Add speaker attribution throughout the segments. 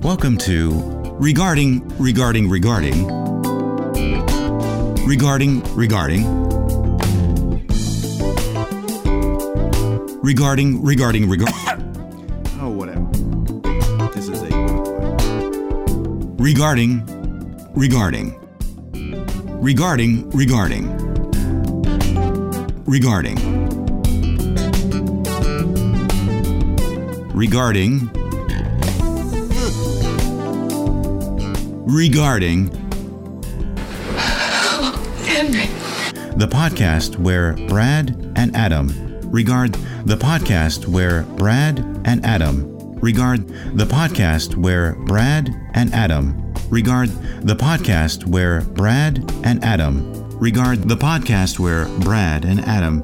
Speaker 1: Welcome to Regarding, Regarding, Regarding, Regarding, Regarding, Regarding, Regarding, Regarding,
Speaker 2: Oh, whatever. This is a.
Speaker 1: Regarding, Regarding, Regarding, Regarding, Regarding, Regarding, Regarding,
Speaker 3: Henry.
Speaker 1: the podcast where Brad and Adam regard the podcast where Brad and Adam regard the podcast where Brad and Adam regard the podcast where Brad and Adam regard the podcast where Brad and Adam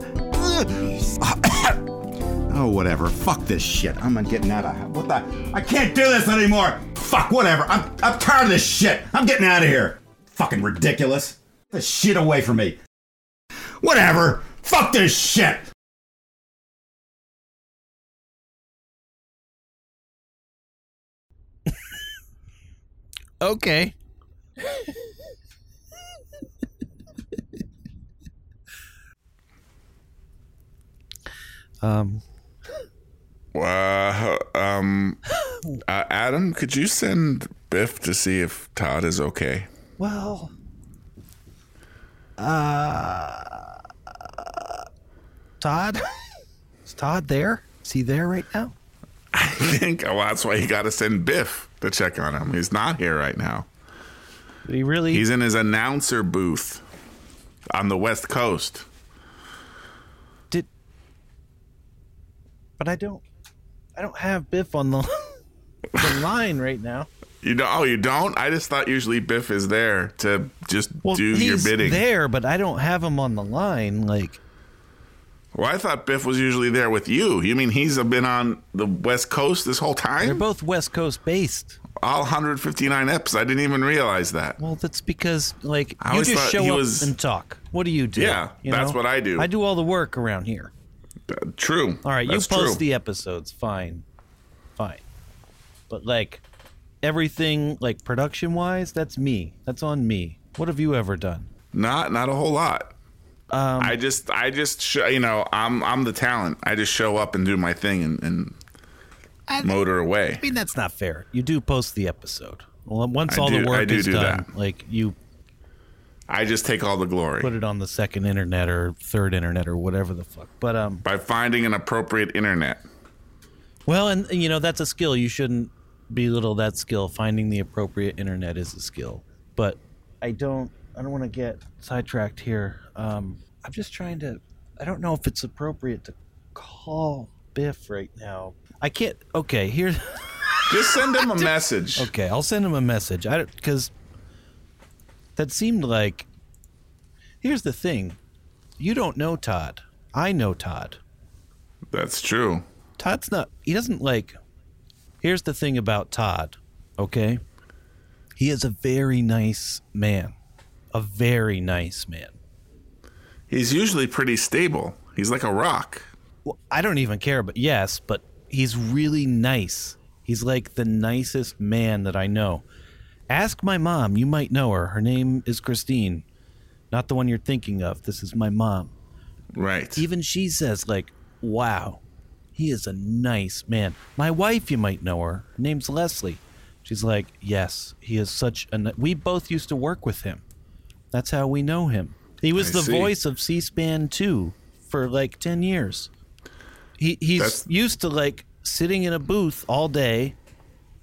Speaker 2: Oh, whatever. Fuck this shit. I'm not getting out of. What the? I can't do this anymore. Fuck, whatever. I'm, I'm tired of this shit. I'm getting out of here. Fucking ridiculous. Get this shit away from me. Whatever. Fuck this shit.
Speaker 4: Okay. um,
Speaker 5: Uh, um, uh, Adam, could you send Biff to see if Todd is okay?
Speaker 4: well, uh, Todd? Is Todd there? Is he there right now?
Speaker 5: I think well, that's why you got to send Biff to check on him. He's not here right now.
Speaker 4: He really?
Speaker 5: He's in his announcer booth on the West Coast.
Speaker 4: did but i don't i don't have biff on the, the line right now
Speaker 5: You don't? Oh, you don't? I just thought usually Biff is there to just do your
Speaker 4: he's
Speaker 5: bidding.
Speaker 4: there but i don't have him on the line like
Speaker 5: Well, I thought Biff was usually there with you. You mean he's been on the West Coast this whole
Speaker 4: they're
Speaker 5: time?
Speaker 4: both west coast based
Speaker 5: All 159 eps. I didn't even realize that.
Speaker 4: well that's because like
Speaker 5: I
Speaker 4: you
Speaker 5: always
Speaker 4: just
Speaker 5: thought
Speaker 4: show
Speaker 5: he
Speaker 4: up
Speaker 5: was-
Speaker 4: and talk what do you do
Speaker 5: Yeah,
Speaker 4: You
Speaker 5: that's what I do.
Speaker 4: i do all the work around here
Speaker 5: Uh, True.
Speaker 4: all right
Speaker 5: That's
Speaker 4: you post
Speaker 5: true.
Speaker 4: the episodes fine fine but like everything like production wise that's me that's on me what have you ever done
Speaker 5: Not not a whole lot. I just I just sh- you know I'm I'm the talent. I just show up and do my thing and, and motor away.
Speaker 4: I mean, that's not fair. You do post the episode. Well, once
Speaker 5: I
Speaker 4: all
Speaker 5: do-
Speaker 4: the
Speaker 5: I
Speaker 4: work
Speaker 5: do
Speaker 4: is
Speaker 5: do
Speaker 4: done,
Speaker 5: that.
Speaker 4: like you
Speaker 5: I just take all the
Speaker 4: put
Speaker 5: glory
Speaker 4: it on the second internet or third internet or whatever the fuck. But um,
Speaker 5: by finding an appropriate internet.
Speaker 4: well, and you know that's a skill. You shouldn't belittle that skill. Finding the appropriate internet is a skill. But I don't. I don't want to get sidetracked here. Um, I'm just trying to. I don't know if it's appropriate to call Biff right now. I can't. Okay, here.
Speaker 5: Just send him a message.
Speaker 4: Okay, I'll send him a message. I because that seemed like. Here's the thing, you don't know Todd. I know Todd.
Speaker 5: That's true.
Speaker 4: Todd's not. He doesn't like. Here's the thing about Todd. Okay, he is a very nice man, a very nice man.
Speaker 5: He's usually pretty stable. He's like a rock.
Speaker 4: Well, I don't even care, but yes, but he's really nice. He's like the nicest man that I know. Ask my mom. You might know her. Her name is Christine, not the one you're thinking of. This is my mom.
Speaker 5: Right.
Speaker 4: Even she says, like, wow, he is a nice man. My wife, you might know her. Her name's Leslie. She's like, yes, he is such a. ni- We both used to work with him. That's how we know him. He was
Speaker 5: I
Speaker 4: the
Speaker 5: see.
Speaker 4: voice of C-SPAN two for like ten years. He he's
Speaker 5: That's-
Speaker 4: used to like sitting in a booth all day,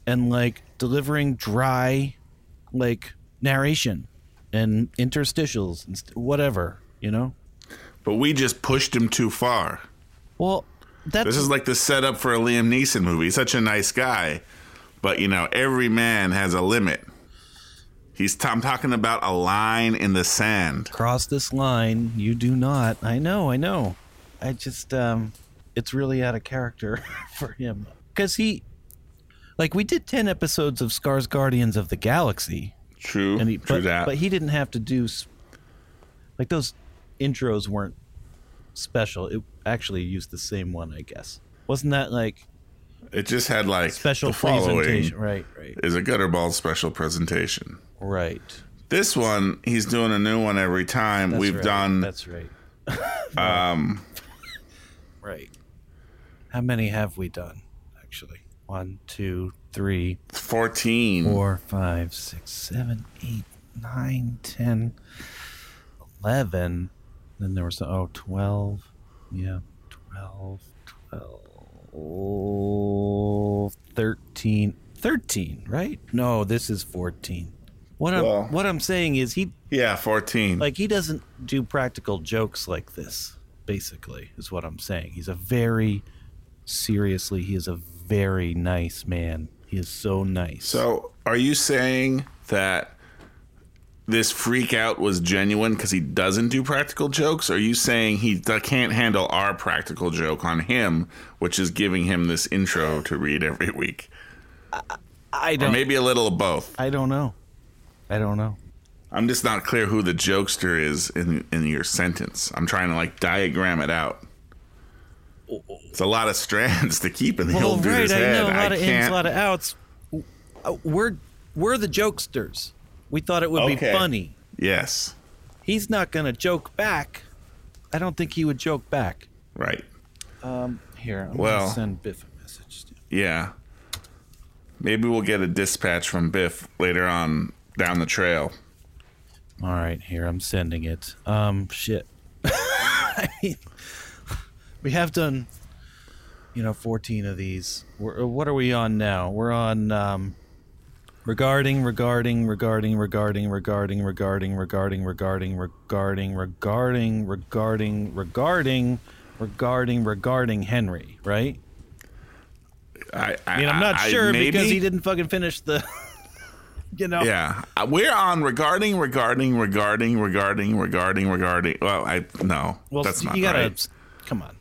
Speaker 4: and like delivering dry, like narration, and interstitials and st- whatever you know.
Speaker 5: But we just pushed him too far.
Speaker 4: Well, that's
Speaker 5: This is like the setup for a Liam Neeson movie. He's such a nice guy, but you know, every man has a limit. He's I'm talking about a line in the sand.
Speaker 4: cross this line. You do not. I know. I know. I just um, it's really out of character for him because he, like, we did ten episodes of Scar's Guardians of the Galaxy,
Speaker 5: True.
Speaker 4: and he,
Speaker 5: True
Speaker 4: but,
Speaker 5: that.
Speaker 4: but he didn't have to do, s- like, those intros weren't special. It actually used the same one, I guess. Wasn't that like?
Speaker 5: It just had like
Speaker 4: Special
Speaker 5: the following
Speaker 4: presentation. Right, right,
Speaker 5: is a gutterball special presentation.
Speaker 4: right.
Speaker 5: This one, he's doing a new one every time.
Speaker 4: That's
Speaker 5: We've
Speaker 4: right.
Speaker 5: done
Speaker 4: That's right. um, right. How many have we done? Actually, one, two, three,
Speaker 5: 14.
Speaker 4: four, five, six, seven, eight, nine, ten, eleven. Then there was oh, 12. Yeah, 12, 12, 13, 13, right? No, this is 14. What I'm,
Speaker 5: Well-
Speaker 4: what I'm saying is he
Speaker 5: Yeah, 14.
Speaker 4: like he doesn't do practical jokes like this basically is what i'm saying he's a very seriously he is a very nice man he is so nice
Speaker 5: so, are you saying that this freak out was genuine because he doesn't do practical jokes? Are you saying he d- can't handle our practical joke on him, which is giving him this intro to read every week?
Speaker 4: i
Speaker 5: Or
Speaker 4: don't
Speaker 5: maybe a little of both.
Speaker 4: i don't know i don't know
Speaker 5: I'm just not clear who the jokester is in in your sentence. I'm trying to like diagram it out. It's a lot of strands to keep in the
Speaker 4: well
Speaker 5: old
Speaker 4: right
Speaker 5: dude's
Speaker 4: i
Speaker 5: head.
Speaker 4: know a lot
Speaker 5: I
Speaker 4: of
Speaker 5: can't.
Speaker 4: ins a lot of outs W- uh, we're we're the jokesters we thought it would be
Speaker 5: Okay.
Speaker 4: funny
Speaker 5: yes,
Speaker 4: he's not gonna joke back i don't think he would joke back
Speaker 5: right.
Speaker 4: here i'm
Speaker 5: Well-
Speaker 4: gonna send biff a message
Speaker 5: Yeah. Maybe we'll get a dispatch from Biff later on down the trail.
Speaker 4: All right, here I'm sending it. Um, shit. I mean, we have done, you know, 14 of these. We're, uh, what are we on now? We're on um, regarding, regarding, regarding, regarding, regarding, regarding, regarding, regarding, regarding, regarding, regarding, regarding, regarding, regarding Henry, right?
Speaker 5: I, I
Speaker 4: I mean, I'm not
Speaker 5: I-
Speaker 4: sure
Speaker 5: maybe?
Speaker 4: because he didn't fucking finish the, you know.
Speaker 5: Yeah, Uh, we're on regarding, regarding, regarding, regarding, regarding, regarding. Well, I no,
Speaker 4: Well,
Speaker 5: that's not
Speaker 4: you gotta
Speaker 5: right.
Speaker 4: come on.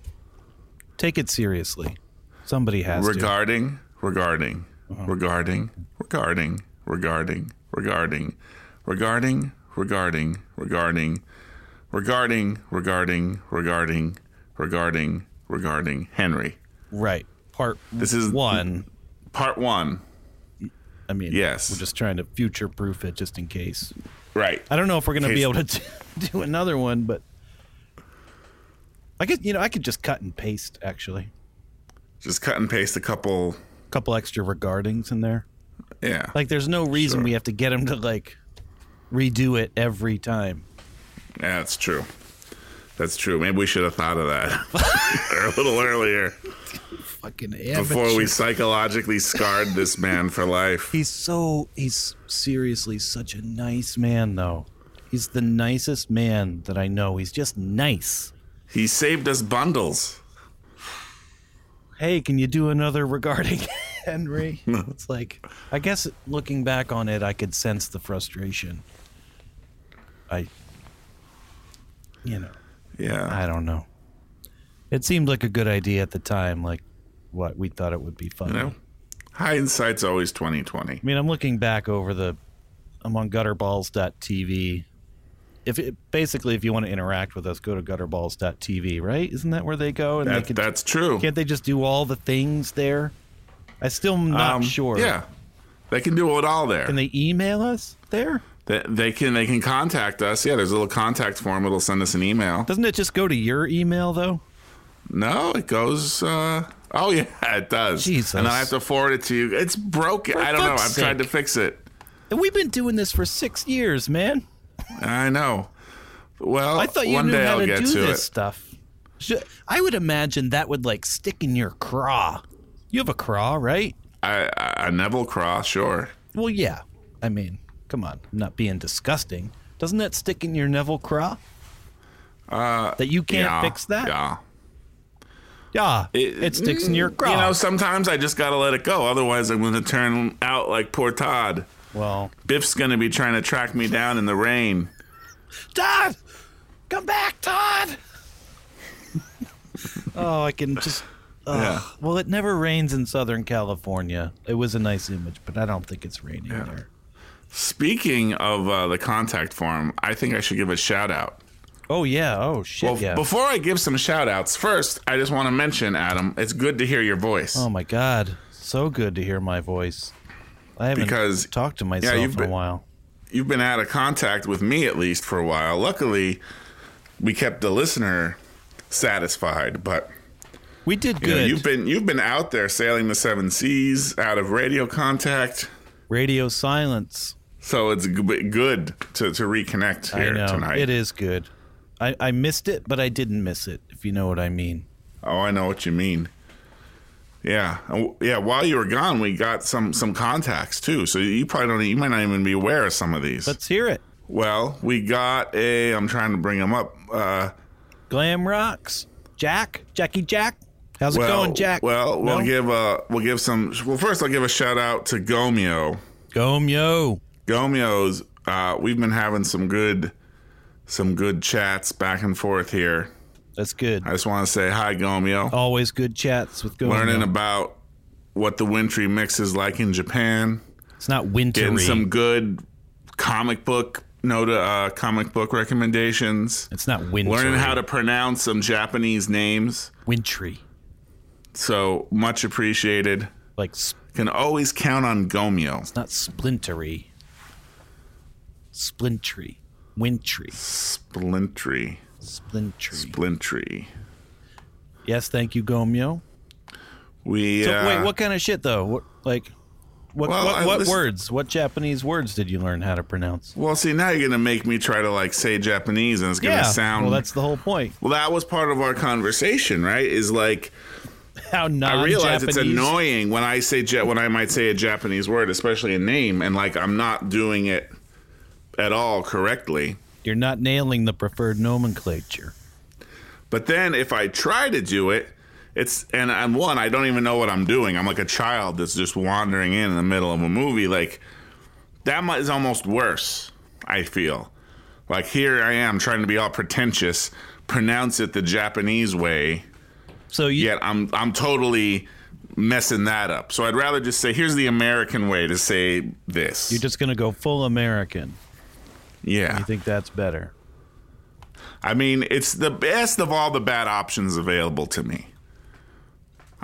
Speaker 4: Take it seriously. Somebody has to.
Speaker 5: regarding, regarding,
Speaker 4: Uh-huh.
Speaker 5: regarding, regarding, regarding, regarding, regarding, regarding, regarding, regarding, regarding, regarding, regarding, regarding Henry.
Speaker 4: Right. Part
Speaker 5: This is-
Speaker 4: one.
Speaker 5: Part one.
Speaker 4: I mean,
Speaker 5: Yes.
Speaker 4: we're just trying to future proof it just in case.
Speaker 5: Right.
Speaker 4: I don't know if we're going to
Speaker 5: Case-
Speaker 4: be able to do, do another one, but I could, you know, I could just cut and paste actually.
Speaker 5: Just cut and paste a couple.
Speaker 4: A couple extra regardings in there.
Speaker 5: Yeah.
Speaker 4: Like, there's no reason
Speaker 5: Sure.
Speaker 4: we have to get him to like redo it every time.
Speaker 5: yeah, that's true. That's true. Maybe we should have thought of that Or a little earlier
Speaker 4: Fucking
Speaker 5: before we psychologically scarred this man for life.
Speaker 4: He's so he's seriously such a nice man though. He's the nicest man that I know. He's just nice.
Speaker 5: He saved us bundles.
Speaker 4: Hey, can you do another regarding Henry? it's like I guess looking back on it, I could sense the frustration. I you know,
Speaker 5: Yeah.
Speaker 4: I don't know. It seemed like a good idea at the time, like what we thought it would be funny.
Speaker 5: You know, hindsight's always twenty twenty.
Speaker 4: I mean, I'm looking back over the. I'm on gutterballs.tv. If it, basically, if you want to interact with us, go to gutterballs.tv. Right? Isn't that where they go? And
Speaker 5: That,
Speaker 4: they can,
Speaker 5: that's true.
Speaker 4: can't they just do all the things there? I still am not
Speaker 5: Um,
Speaker 4: sure.
Speaker 5: Yeah, they can do it all there.
Speaker 4: Can they email us there?
Speaker 5: they, they can they can contact us. Yeah, there's a little contact form. It'll send us an email.
Speaker 4: Doesn't it just go to your email though?
Speaker 5: No, it goes. Uh, oh yeah, it does.
Speaker 4: Jesus.
Speaker 5: And then I have to forward it to you. It's broken. I don't know.
Speaker 4: fuck's
Speaker 5: I've tried to
Speaker 4: sake.
Speaker 5: fix it.
Speaker 4: And we've been doing this for six years, man.
Speaker 5: I know. Well,
Speaker 4: I thought you
Speaker 5: one
Speaker 4: knew
Speaker 5: day
Speaker 4: how
Speaker 5: I'll
Speaker 4: to
Speaker 5: get
Speaker 4: do
Speaker 5: to
Speaker 4: this
Speaker 5: it.
Speaker 4: stuff. Should, I would imagine that would like stick in your craw. You have a craw, right?
Speaker 5: I, I, I Uh, Neville Cross, sure.
Speaker 4: Well, yeah. I mean, come on. I'm not being disgusting. Doesn't that stick in your Neville Craw? Uh, that you can't
Speaker 5: yeah,
Speaker 4: fix that?
Speaker 5: Yeah. mm,
Speaker 4: Yeah, It, sticks in your craw.
Speaker 5: You know, sometimes I just gotta let it go. Otherwise, I'm gonna turn out like poor Todd.
Speaker 4: well,
Speaker 5: Biff's gonna be trying to track me down in the rain.
Speaker 4: Todd! Come back, Todd! oh, I can just. ugh. Well, it never rains in Southern California. It was a nice image, but I don't think it's raining there.
Speaker 5: Speaking of uh, the contact form, I think I should give a shout out
Speaker 4: Oh yeah. Oh shit.
Speaker 5: Well,
Speaker 4: yeah.
Speaker 5: before I give some shout outs, first, I just want to mention, Adam, it's good to hear your voice.
Speaker 4: oh my god. So good to hear my voice. I haven't
Speaker 5: Because-
Speaker 4: talked to myself
Speaker 5: you've
Speaker 4: in
Speaker 5: been-
Speaker 4: a while.
Speaker 5: You've been out of contact with me, at least, for a while. Luckily, we kept the listener satisfied, but.
Speaker 4: We did
Speaker 5: You know,
Speaker 4: good.
Speaker 5: you've been you've been out there sailing the seven seas, out of radio contact,
Speaker 4: Radio silence.
Speaker 5: so it's g- good to, to reconnect
Speaker 4: I
Speaker 5: here
Speaker 4: know
Speaker 5: tonight.
Speaker 4: it is good. I, I missed it, but I didn't miss it. If you know what I mean.
Speaker 5: Oh, I know what you mean. Yeah, And w- yeah. While you were gone, we got some some contacts too. So you probably don't e, you might not even be aware of some of these.
Speaker 4: Let's hear it.
Speaker 5: well, we got a. I'm trying to bring them up. Uh,
Speaker 4: Glam rocks. Jack. Jackie Jack. How's
Speaker 5: well,
Speaker 4: it going, Jack?
Speaker 5: Well, we'll
Speaker 4: No?
Speaker 5: give uh we'll give some. Well, first I'll give a shout out to Gomeo.
Speaker 4: Gomeo.
Speaker 5: Gomio's, uh, we've been having some good, some good chats back and forth here.
Speaker 4: That's good.
Speaker 5: I just want to say hi, Gomio.
Speaker 4: Always good chats with Oh, Gomeo.
Speaker 5: Learning about what the wintry mix is like in Japan.
Speaker 4: it's not wintry.
Speaker 5: Getting some good comic book nota, uh, comic book recommendations.
Speaker 4: it's not wintry.
Speaker 5: Learning how to pronounce some Japanese names.
Speaker 4: wintry.
Speaker 5: So much appreciated.
Speaker 4: Like sp-
Speaker 5: Can always count on Gomio.
Speaker 4: not splintery. Splintery. Wintry.
Speaker 5: Splintry.
Speaker 4: Splintery.
Speaker 5: Splintry.
Speaker 4: yes, thank you, Gomeo.
Speaker 5: We
Speaker 4: So
Speaker 5: uh,
Speaker 4: wait, what kind of shit though? What like what
Speaker 5: Well, I-
Speaker 4: what, what
Speaker 5: this-
Speaker 4: words? What Japanese words did you learn how to pronounce?
Speaker 5: Well, see, now you're gonna make me try to like say Japanese, and it's gonna
Speaker 4: Yeah.
Speaker 5: sound.
Speaker 4: Well, that's the whole point.
Speaker 5: Well, that was part of our conversation, right? Is like
Speaker 4: How non
Speaker 5: I realize it's
Speaker 4: Japanese-
Speaker 5: annoying when I say ja- when I might say a Japanese word, especially a name, and like I'm not doing it at all correctly.
Speaker 4: You're not nailing the preferred nomenclature.
Speaker 5: But then if I try to do it, it's and I'm one, I don't even know what I'm doing. I'm like a child that's just wandering in in the middle of a movie. Like that mu- is almost worse. I feel like here I am trying to be all pretentious, pronounce it the Japanese way,
Speaker 4: So you
Speaker 5: yet I'm I'm totally messing that up. So I'd rather just say here's the American way to say this.
Speaker 4: you're just gonna go full American.
Speaker 5: yeah.
Speaker 4: You think that's better?
Speaker 5: I mean, it's the best of all the bad options available to me.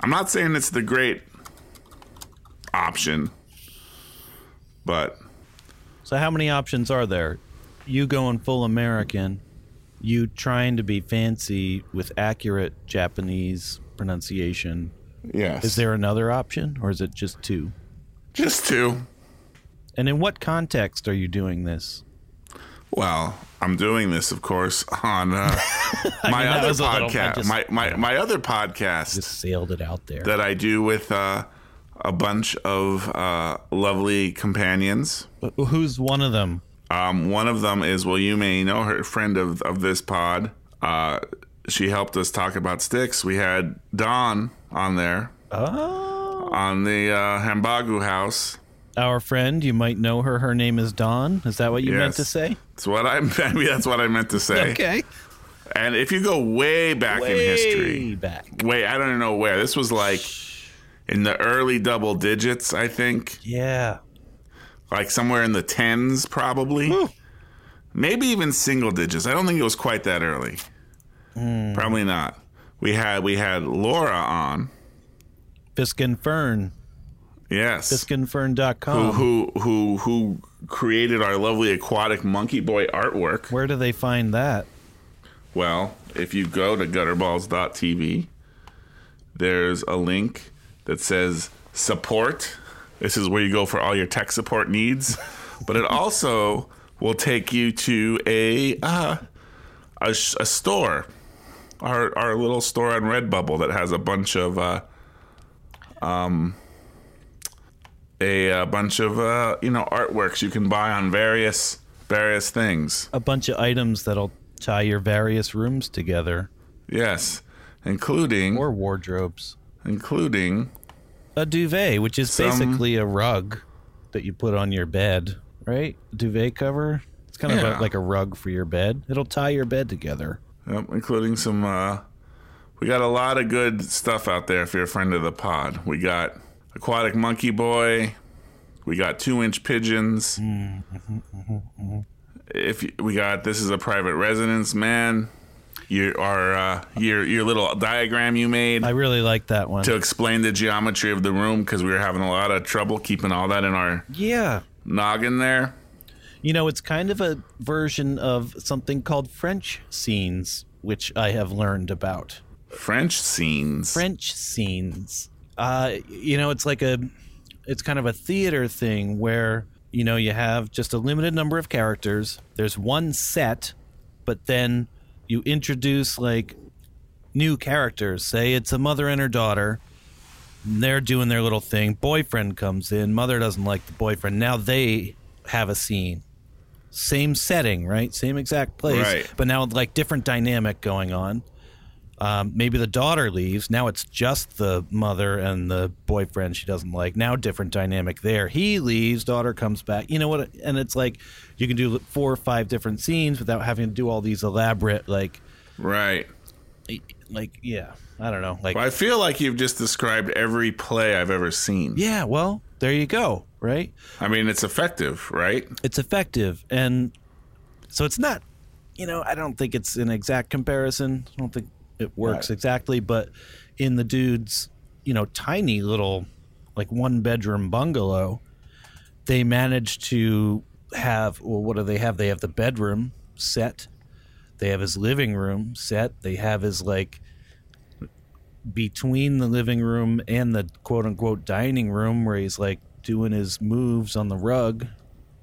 Speaker 5: I'm not saying it's the great option, but
Speaker 4: So how many options are there? You going full American, you trying to be fancy with accurate Japanese pronunciation.
Speaker 5: yes.
Speaker 4: Is there another option or is it just two?
Speaker 5: just two?
Speaker 4: And in what context are you doing this?
Speaker 5: Well, I'm doing this, of course, on uh, my
Speaker 4: that
Speaker 5: other
Speaker 4: was a little- I
Speaker 5: podcast.
Speaker 4: just-
Speaker 5: my, my my other podcast
Speaker 4: Just sailed it out there.
Speaker 5: that I do with uh, a bunch of uh, lovely companions.
Speaker 4: But Who's one of them?
Speaker 5: Um, one of them is well, you may know her friend of of this pod. Uh, she helped us talk about sticks. We had Don on there
Speaker 4: Oh,
Speaker 5: on the uh, Hambagu House.
Speaker 4: our friend. You might know her. Her name is Dawn. Is that what you meant
Speaker 5: Yes.
Speaker 4: to say?
Speaker 5: That's what I maybe that's what I meant to say.
Speaker 4: Okay.
Speaker 5: And if you go way back in
Speaker 4: Way
Speaker 5: history,
Speaker 4: back.
Speaker 5: wait, I don't know where this was like in the early double digits, I think,
Speaker 4: Yeah.
Speaker 5: like somewhere in the tens, probably,
Speaker 4: Whew.
Speaker 5: maybe even single digits. I don't think it was quite that early. Probably not. We had we had Laura on.
Speaker 4: Fisk and Fern.
Speaker 5: Yes.
Speaker 4: Fiskandfern.com.
Speaker 5: who who who created our lovely aquatic monkey boy artwork?
Speaker 4: Where do they find that?
Speaker 5: Well, if you go to gutterballs.tv, there's a link that says support. This is where you go for all your tech support needs, but it also will take you to a uh, a, sh- a store, our our little store on Redbubble that has a bunch of uh, um a, uh bunch of uh, you know artworks you can buy on various various things.
Speaker 4: a bunch of items that'll tie your various rooms together
Speaker 5: Yes, including
Speaker 4: or wardrobes.
Speaker 5: including
Speaker 4: A duvet, which is
Speaker 5: Some-
Speaker 4: basically a rug that you put on your bed, right? duvet cover. It's kind of a,
Speaker 5: Yeah.
Speaker 4: like a rug for your bed. It'll tie your bed together.
Speaker 5: yep, including some. Uh, we got a lot of good stuff out there if you're a friend of the pod. We got aquatic monkey boy. We got two inch pigeons. If you- we got this is a private residence, man. Your our uh, your your little diagram you made
Speaker 4: I really like that one.
Speaker 5: to explain the geometry of the room because we were having a lot of trouble keeping all that in our
Speaker 4: yeah.
Speaker 5: noggin there.
Speaker 4: You know, it's kind of a version of something called French scenes, which I have learned about.
Speaker 5: French scenes.
Speaker 4: French scenes. Uh, you know, it's like a, it's kind of a theater thing where you know you have just a limited number of characters. There's one set, but then you introduce like new characters. Say it's a mother and her daughter. and They're doing their little thing. Boyfriend comes in. Mother doesn't like the boyfriend. Now they have a scene. Same setting, right? Same exact place,
Speaker 5: Right.
Speaker 4: but now like different dynamic going on. Um, maybe the daughter leaves. Now it's just the mother and the boyfriend she doesn't like. Now different dynamic there. He leaves, daughter comes back. You know what? And it's like you can do four or five different scenes without having to do all these elaborate like
Speaker 5: Right.
Speaker 4: like yeah, I don't know. Like
Speaker 5: Well, I feel like you've just described every play I've ever seen.
Speaker 4: yeah, well, there you go, right?
Speaker 5: I mean, it's effective, right?
Speaker 4: It's effective and so it's not you know, I don't think it's an exact comparison. I don't think it works exactly, but in the dude's, you know, tiny little like one bedroom bungalow, they managed to have well what do they have? They have the bedroom set. They have his living room set. They have his like between the living room and the quote unquote dining room where he's like doing his moves on the rug,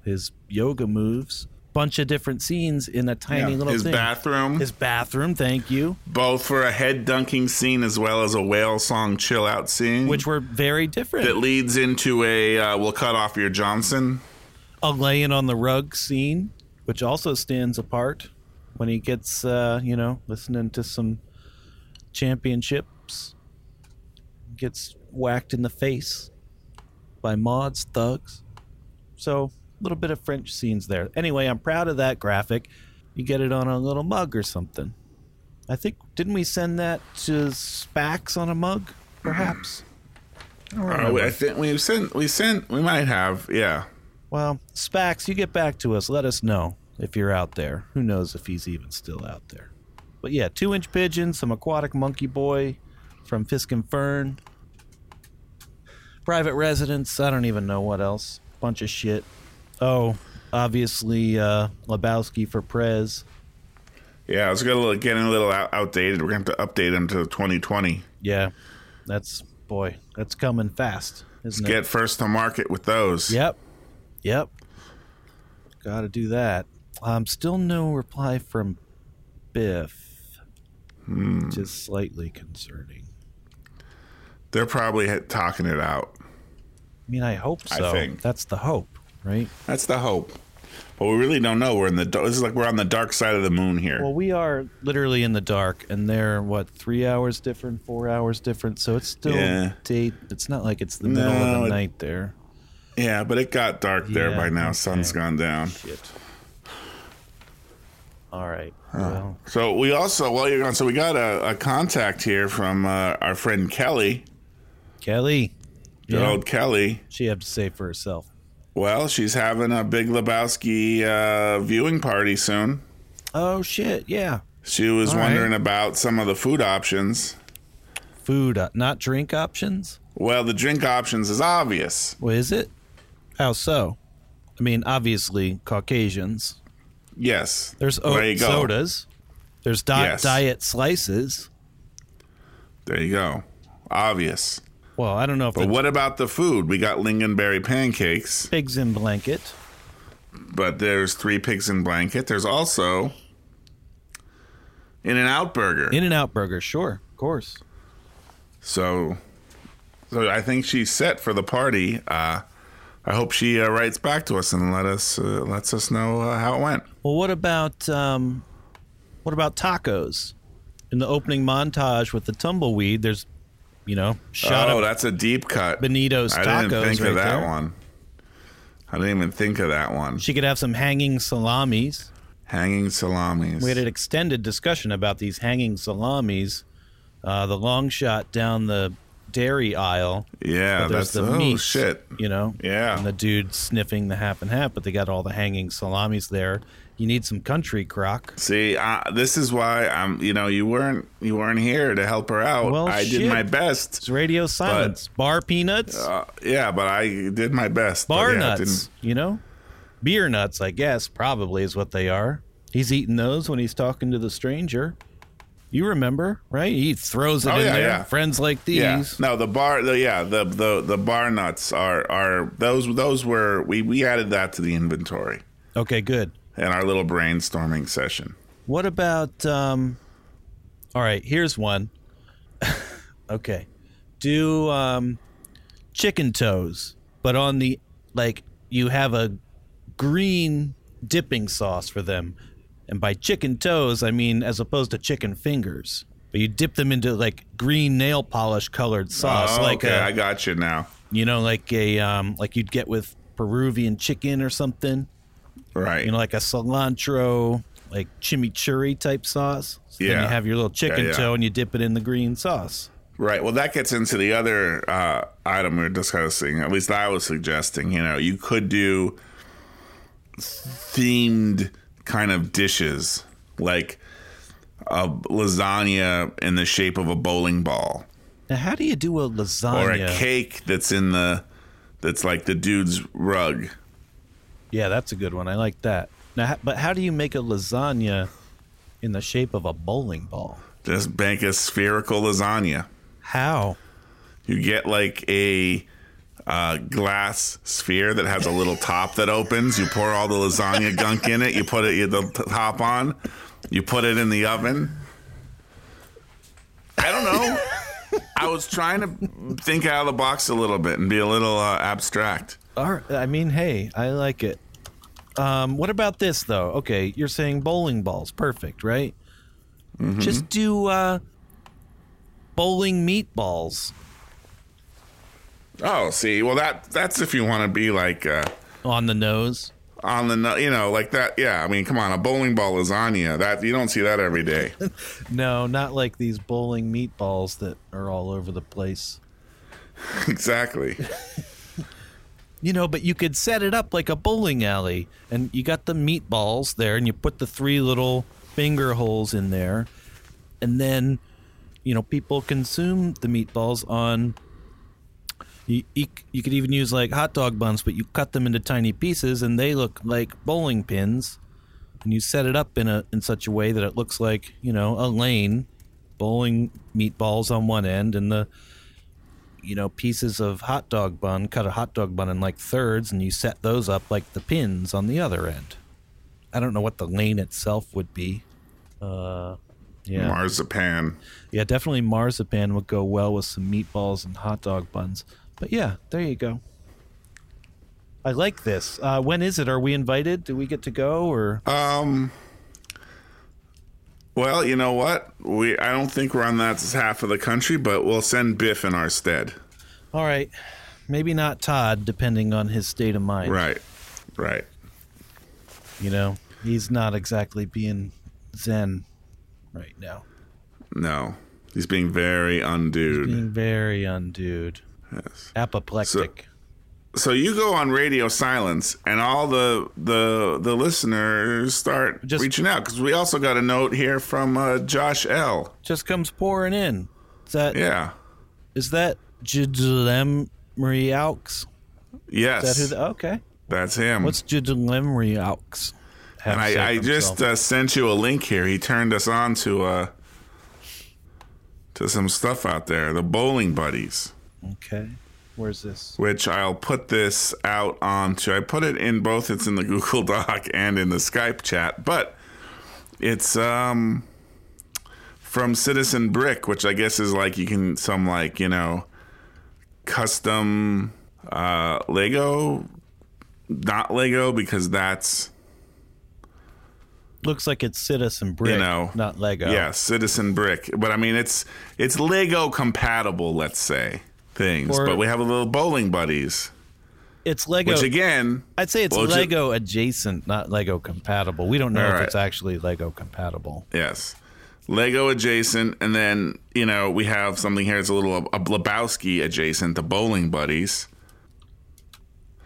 Speaker 4: his yoga moves. Bunch of different scenes in a tiny
Speaker 2: Yeah,
Speaker 4: little
Speaker 5: His
Speaker 4: thing.
Speaker 5: bathroom,
Speaker 4: His bathroom, thank you.
Speaker 5: both for a head dunking scene as well as a whale song chill out scene,
Speaker 4: Which were very different.
Speaker 5: Mm. that leads into a uh, "We'll cut off your Johnson."
Speaker 4: a laying on the rug scene, which also stands apart when he gets, uh, you know, listening to some championships, gets whacked in the face by mods, thugs. So a little bit of French scenes there. Anyway, I'm proud of that graphic. You get it on a little mug or something. I think didn't we send that to Spax on a mug, perhaps?
Speaker 5: Uh, we- I think we sent, we sent, we might have, yeah.
Speaker 4: Well, Spax, you get back to us. Let us know if you're out there. Who knows if he's even still out there. But yeah, two inch pigeon, some aquatic monkey boy from Fisk and Fern, private residence. I don't even know what else. Bunch of shit. Oh, obviously uh, Lebowski for Prez.
Speaker 5: Yeah, it's getting a little, getting a little out- outdated. We're going to have to update them to 2020.
Speaker 4: Yeah, that's boy, that's coming fast, isn't it?
Speaker 5: Get first to market with those.
Speaker 4: Yep. Yep. Got to do that. Um, still no reply from Biff,
Speaker 5: Hmm.
Speaker 4: which is slightly concerning.
Speaker 5: They're probably ha- talking it out.
Speaker 4: I mean, I hope
Speaker 5: I
Speaker 4: so.
Speaker 5: think.
Speaker 4: That's the hope, right?
Speaker 5: That's the hope. But we really don't know. We're in the, dar- this is like we're on the dark side of the moon here.
Speaker 4: Well, we are literally in the dark, and they're what three hours different, four hours different. So it's still
Speaker 5: Yeah.
Speaker 4: date. It's not like it's the middle of
Speaker 5: No,
Speaker 4: the
Speaker 5: it-
Speaker 4: night there.
Speaker 5: Yeah, but it got dark there
Speaker 4: Yeah,
Speaker 5: by now.
Speaker 4: okay.
Speaker 5: Sun's gone down.
Speaker 4: Shit. All right. Well,
Speaker 5: So we also, while you're gone, so we got a, a contact here from uh, our friend Kelly,
Speaker 4: Kelly,
Speaker 5: good
Speaker 4: Yeah.
Speaker 5: old Kelly.
Speaker 4: she had to say for herself.
Speaker 5: Well, she's having a big Lebowski uh, viewing party soon.
Speaker 4: Oh shit! Yeah.
Speaker 5: She was
Speaker 4: All right.
Speaker 5: wondering about some of the food options.
Speaker 4: food, uh, not drink options?
Speaker 5: Well, the drink options is obvious.
Speaker 4: What is it? How so? I mean, obviously, Caucasians.
Speaker 5: Yes,
Speaker 4: There's
Speaker 5: there
Speaker 4: oat
Speaker 5: you go.
Speaker 4: sodas. There's di-
Speaker 5: Yes.
Speaker 4: diet slices.
Speaker 5: There you go. Obvious.
Speaker 4: Well, I don't know if
Speaker 5: But
Speaker 4: it's
Speaker 5: what about the food? We got lingonberry pancakes,
Speaker 4: pigs in blanket.
Speaker 5: but there's three pigs in blanket. There's also in and out burger.
Speaker 4: In and Out Burger, sure, of course.
Speaker 5: So, so I think she's set for the party. Uh, I hope she uh, writes back to us and let us uh, lets us know uh, how it went.
Speaker 4: Well, what about um, what about tacos? In the opening montage with the tumbleweed, there's, you know, shot
Speaker 5: oh,
Speaker 4: of
Speaker 5: that's a deep cut.
Speaker 4: Benito's
Speaker 5: I
Speaker 4: tacos.
Speaker 5: didn't think
Speaker 4: right
Speaker 5: of that
Speaker 4: there.
Speaker 5: one. I didn't even think of that one.
Speaker 4: She could have some hanging salamis.
Speaker 5: Hanging salamis.
Speaker 4: We had an extended discussion about these hanging salamis, uh, the long shot down the dairy aisle.
Speaker 5: yeah,
Speaker 4: But there's
Speaker 5: that's
Speaker 4: the
Speaker 5: oh
Speaker 4: meats,
Speaker 5: shit.
Speaker 4: You know?
Speaker 5: Yeah.
Speaker 4: And the dude sniffing the half and half, but they got all the hanging salamis there. You need some country, Croc.
Speaker 5: See, uh, this is why I'm. You know, you weren't you weren't here to help her out.
Speaker 4: Well,
Speaker 5: I
Speaker 4: shit.
Speaker 5: did my best.
Speaker 4: It's radio silence. Bar peanuts,
Speaker 5: Uh, yeah, but I did my best. but
Speaker 4: bar
Speaker 5: yeah, it
Speaker 4: nuts, you know? Beer nuts, I guess, probably is what they are. He's eating those when he's talking to the stranger. You remember, right? He throws it
Speaker 5: Oh,
Speaker 4: in
Speaker 5: yeah,
Speaker 4: there.
Speaker 5: yeah.
Speaker 4: Friends like these.
Speaker 5: Yeah. No, the bar. The, yeah, the, the the bar nuts are are those those were we we added that to the inventory
Speaker 4: Okay, good.
Speaker 5: in our little brainstorming session.
Speaker 4: What about um All right, here's one. okay. Do um chicken toes, but on the like you have a green dipping sauce for them. And by chicken toes, I mean as opposed to chicken fingers. But you dip them into like green nail polish colored sauce
Speaker 5: oh,
Speaker 4: like
Speaker 5: okay,
Speaker 4: a,
Speaker 5: I got you now.
Speaker 4: you know like a um like you'd get with Peruvian chicken or something
Speaker 5: Right.
Speaker 4: you know, like a cilantro, like chimichurri type sauce. So Then you
Speaker 5: Yeah.
Speaker 4: have your little chicken
Speaker 5: yeah.
Speaker 4: toe and you dip it in the green sauce.
Speaker 5: Right. Well, that gets into the other uh, item we were discussing. At least I was suggesting. You know, you could do themed kind of dishes, like a lasagna in the shape of a bowling ball,
Speaker 4: Now, how do you do a
Speaker 5: or
Speaker 4: lasagna?
Speaker 5: a cake that's in the that's like the dude's rug.
Speaker 4: yeah, that's a good one. I like that. Now, h- but how do you make a lasagna in the shape of a bowling ball?
Speaker 5: Just make a spherical lasagna.
Speaker 4: How?
Speaker 5: You get like a uh, glass sphere that has a little top that opens. You pour all the lasagna gunk in it. You put it you, the t- top on. You put it in the oven. I don't know. I was trying to think out of the box a little bit and be a little uh, abstract.
Speaker 4: All right, I mean, hey, I like it. Um, what about this though? Okay, you're saying bowling balls, perfect, right?
Speaker 5: Mm-hmm.
Speaker 4: Just do uh, bowling meatballs.
Speaker 5: Oh, see, well that that's if you want to be like uh,
Speaker 4: on the nose.
Speaker 5: on the no- you know like that. Yeah, I mean, come on, a bowling ball lasagna that you don't see that every day.
Speaker 4: No, not like these bowling meatballs that are all over the place.
Speaker 5: exactly.
Speaker 4: You know, but you could set it up like a bowling alley, and you got the meatballs there, and you put the three little finger holes in there, and then, you know, people consume the meatballs on. You, you, c- you could even use like hot dog buns, but you cut them into tiny pieces, and they look like bowling pins. And you set it up in a in such a way that it looks like you know a lane, bowling meatballs on one end, and the you know pieces of hot dog bun cut a hot dog bun in like thirds and you set those up like the pins on the other end i don't know what the lane itself would be uh yeah
Speaker 5: Marzipan.
Speaker 4: yeah definitely marzipan would go well with some meatballs and hot dog buns but yeah there you go i like this uh when is it are we invited do we get to go or
Speaker 5: Um. Well, you know what? We I don't think we're on that half of the country, but we'll send Biff in our stead.
Speaker 4: all right maybe not todd depending on his state of mind
Speaker 5: Right. Right.
Speaker 4: you know he's not exactly being zen right now
Speaker 5: No. He's being very undude.
Speaker 4: Being very undude.
Speaker 5: Yes.
Speaker 4: Apoplectic.
Speaker 5: So you go on radio silence and all the the the listeners start
Speaker 4: Just-
Speaker 5: reaching out cuz we also got a note here from uh, Josh L.
Speaker 4: Just comes pouring in. Is that is
Speaker 5: Yeah.
Speaker 4: that Jidlem Riaux? Is
Speaker 5: Yes.
Speaker 4: that who the, okay.
Speaker 5: that's him.
Speaker 4: What's Jidlem Riaux?
Speaker 5: and I, I just uh, sent you a link here. He turned us on to uh, to some stuff out there, the Bowling Buddies,
Speaker 4: Okay. Where's this?
Speaker 5: which I'll put this out onto. I put it in both. It's in the Google Doc and in the Skype chat, but it's um from Citizen Brick, which I guess is like you can some like you know custom uh, Lego, not Lego because that's
Speaker 4: Looks like it's Citizen Brick,
Speaker 5: know,
Speaker 4: not Lego.
Speaker 5: Yeah, Citizen Brick. But I mean, it's it's Lego compatible, let's say things.
Speaker 4: Or-
Speaker 5: but we have a little bowling buddies,
Speaker 4: It's Lego.
Speaker 5: which again,
Speaker 4: I'd say it's
Speaker 5: Well, it's a-
Speaker 4: Lego adjacent, not Lego compatible. We don't know if
Speaker 5: Alright.
Speaker 4: it's actually Lego compatible.
Speaker 5: yes, Lego adjacent. And then you know we have something here that's a little a Lebowski adjacent, the bowling buddies.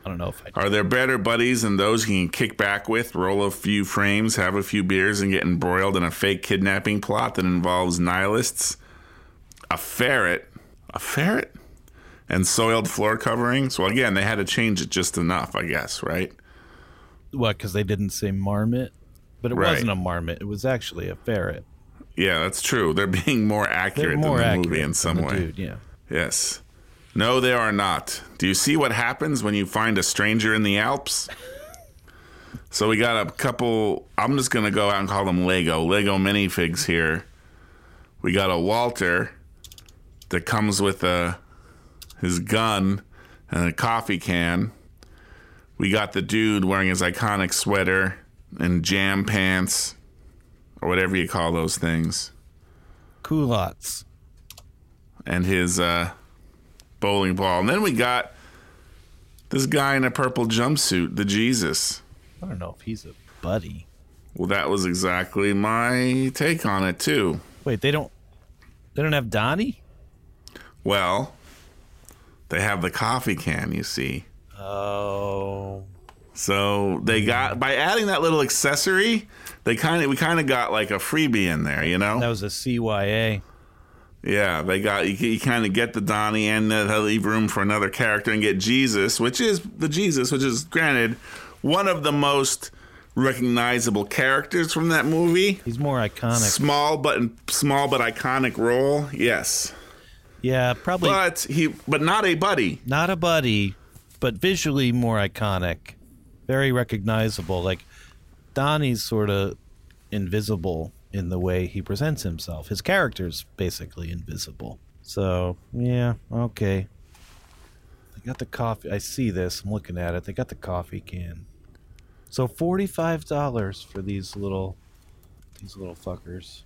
Speaker 4: I don't know if I.
Speaker 5: Are there better buddies than those you can kick back with, roll a few frames, have a few beers, and get embroiled in a fake kidnapping plot that involves nihilists, a ferret, a ferret, and soiled floor coverings? Well, again, they had to change it just enough, I guess, right?
Speaker 4: What? Because they didn't say marmot, but it
Speaker 5: Right.
Speaker 4: wasn't a marmot. It was actually a ferret.
Speaker 5: Yeah, that's true. They're being more
Speaker 4: They're
Speaker 5: accurate
Speaker 4: more
Speaker 5: than the
Speaker 4: accurate
Speaker 5: movie in
Speaker 4: than
Speaker 5: some
Speaker 4: the
Speaker 5: way.
Speaker 4: Dude, yeah.
Speaker 5: Yes. No, they are not. Do you see what happens when you find a stranger in the Alps? so we got a couple. I'm just going to go out and call them Lego. Lego minifigs here. We got a Walter that comes with a, his gun and a coffee can. We got the dude wearing his iconic sweater and jam pants or whatever you call those things
Speaker 4: Culottes.
Speaker 5: and his uh, bowling ball. And then we got this guy in a purple jumpsuit, the Jesus.
Speaker 4: I don't know if he's a buddy.
Speaker 5: Well, that was exactly my take on it too.
Speaker 4: Wait, they don't. They don't have Donnie.
Speaker 5: Well, they have the coffee can, you see.
Speaker 4: Oh,
Speaker 5: So they got by adding that little accessory, they kind of we kind of got like a freebie in there, you know?
Speaker 4: that was a CYA.
Speaker 5: Yeah, they got you, you kind of get the Donnie and then they leave room for another character and get Jesus, which is the Jesus, which is granted one of the most recognizable characters from that movie.
Speaker 4: He's more iconic.
Speaker 5: Small but small but iconic role, yes.
Speaker 4: Yeah, probably
Speaker 5: But he but not a buddy.
Speaker 4: not a buddy, but visually more iconic, very recognizable. Like Donnie's sort of invisible in the way he presents himself. His character's basically invisible. So yeah, okay. They got the coffee. I see this. I'm looking at it. They got the coffee can. So forty-five dollars for these little, these little fuckers.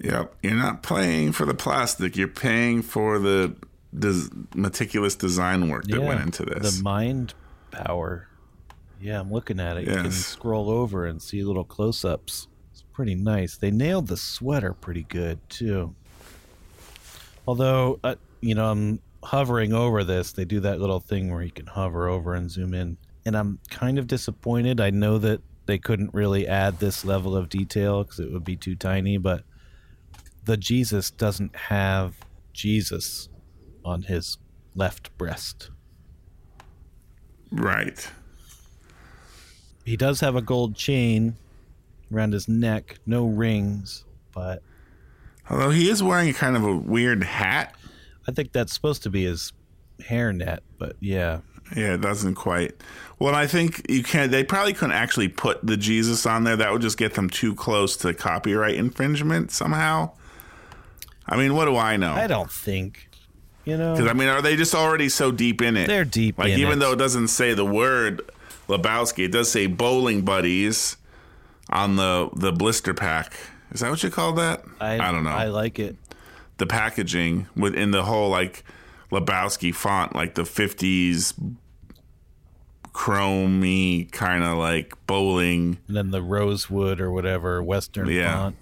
Speaker 5: Yep, you're not paying for the plastic, you're paying for the des- meticulous design work that went into this.
Speaker 4: The mind power. Yeah, I'm looking at it. You can
Speaker 5: Yes.
Speaker 4: scroll over and see little close ups. It's pretty nice. They nailed the sweater pretty good, too. Although, uh, you know, I'm hovering over this. They do that little thing where you can hover over and zoom in. And I'm kind of disappointed. I know that they couldn't really add this level of detail because it would be too tiny, but the Jesus doesn't have Jesus on his left breast.
Speaker 5: right.
Speaker 4: He does have a gold chain around his neck, no rings, but
Speaker 5: Although he is wearing a kind of a weird hat
Speaker 4: I think that's supposed to be his hairnet, but yeah.
Speaker 5: Yeah, it doesn't quite. Well, I think you can't. They probably couldn't actually put the Jesus on there. That would just get them too close to copyright infringement somehow. I mean, what do I
Speaker 4: I
Speaker 5: know?
Speaker 4: don't think. You
Speaker 5: Because I,
Speaker 4: know,
Speaker 5: mean, are they just already so deep in it?
Speaker 4: They're deep
Speaker 5: Like
Speaker 4: in
Speaker 5: even
Speaker 4: it.
Speaker 5: though it doesn't say the word Lebowski, it does say bowling buddies on the the blister pack. Is that what you call that? I don't know.
Speaker 4: I like it.
Speaker 5: the packaging within the whole like Lebowski font, like the 50s chromey kind of like bowling,
Speaker 4: And then the rosewood or whatever western
Speaker 5: Yeah.
Speaker 4: font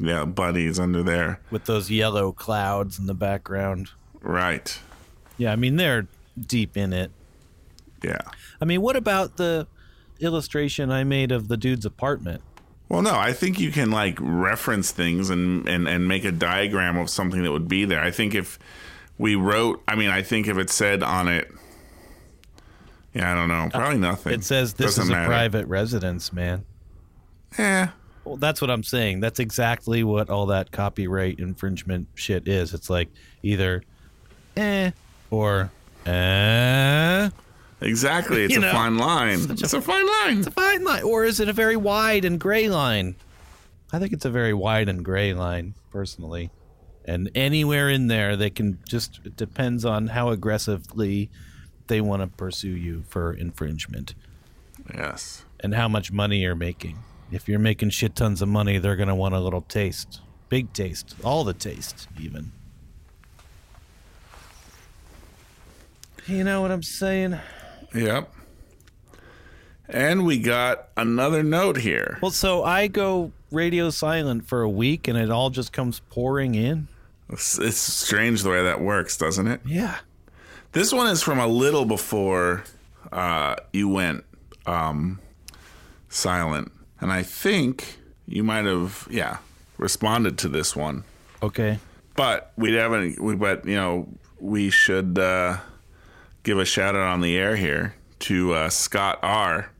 Speaker 5: yeah, buddies under there.
Speaker 4: with those yellow clouds in the background.
Speaker 5: Right.
Speaker 4: Yeah, I mean they're deep in it.
Speaker 5: Yeah.
Speaker 4: I mean, what about the illustration I made of the dude's apartment?
Speaker 5: Well, no, I think you can like reference things and, and, and make a diagram of something that would be there. I think if we wrote, I mean, I think if it said on it, yeah, I don't know, probably nothing.
Speaker 4: Uh, It says this
Speaker 5: Doesn't
Speaker 4: is a
Speaker 5: matter.
Speaker 4: private residence, man.
Speaker 5: Yeah.
Speaker 4: Well, that's what I'm saying. That's exactly what all that copyright infringement shit is. It's like either eh or eh.
Speaker 5: Exactly. It's
Speaker 4: You
Speaker 5: a
Speaker 4: know,
Speaker 5: fine line. it's a fine line.
Speaker 4: Fine line. Or is it a very wide and gray line? I think it's a very wide and gray line, personally. And anywhere in there, they can just, it depends on how aggressively they want to pursue you for infringement
Speaker 5: yes.
Speaker 4: and how much money you're making. If you're making shit tons of money, they're going to want a little taste. Big taste. All the taste, even. You know what I'm saying?
Speaker 5: Yep. And we got another note here.
Speaker 4: Well, so I go radio silent for a week and it all just comes pouring in.
Speaker 5: It's, it's strange the way that works, doesn't it?
Speaker 4: Yeah.
Speaker 5: This one is from a little before uh, you went um, silent, and I think you might have yeah responded to this one,
Speaker 4: Okay.
Speaker 5: but we haven't. We, but you know we should uh, give a shout out on the air here to uh, Scott R.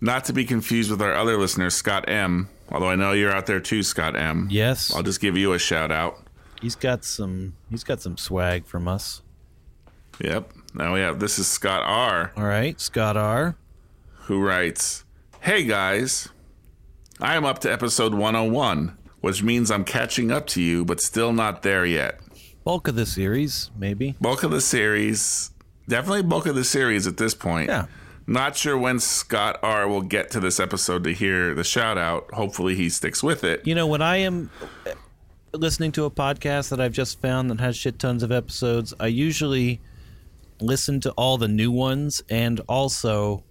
Speaker 5: Not to be confused with our other listener Scott M. Although I know you're out there too, Scott M.
Speaker 4: Yes.
Speaker 5: I'll just give you a shout out.
Speaker 4: He's got some he's got some swag from us.
Speaker 5: Yep. Now we have this is Scott R.
Speaker 4: All right, Scott R.
Speaker 5: who writes, Hey guys, I am up to episode 101, which means I'm catching up to you, but still not there yet.
Speaker 4: Bulk of the series, maybe.
Speaker 5: Bulk of the series, definitely bulk of the series at this point.
Speaker 4: Yeah.
Speaker 5: Not sure when Scott R will get to this episode to hear the shout out. Hopefully he sticks with it.
Speaker 4: You know, when I am uh, listening to a podcast that I've just found that has shit tons of episodes, I usually listen to all the new ones and also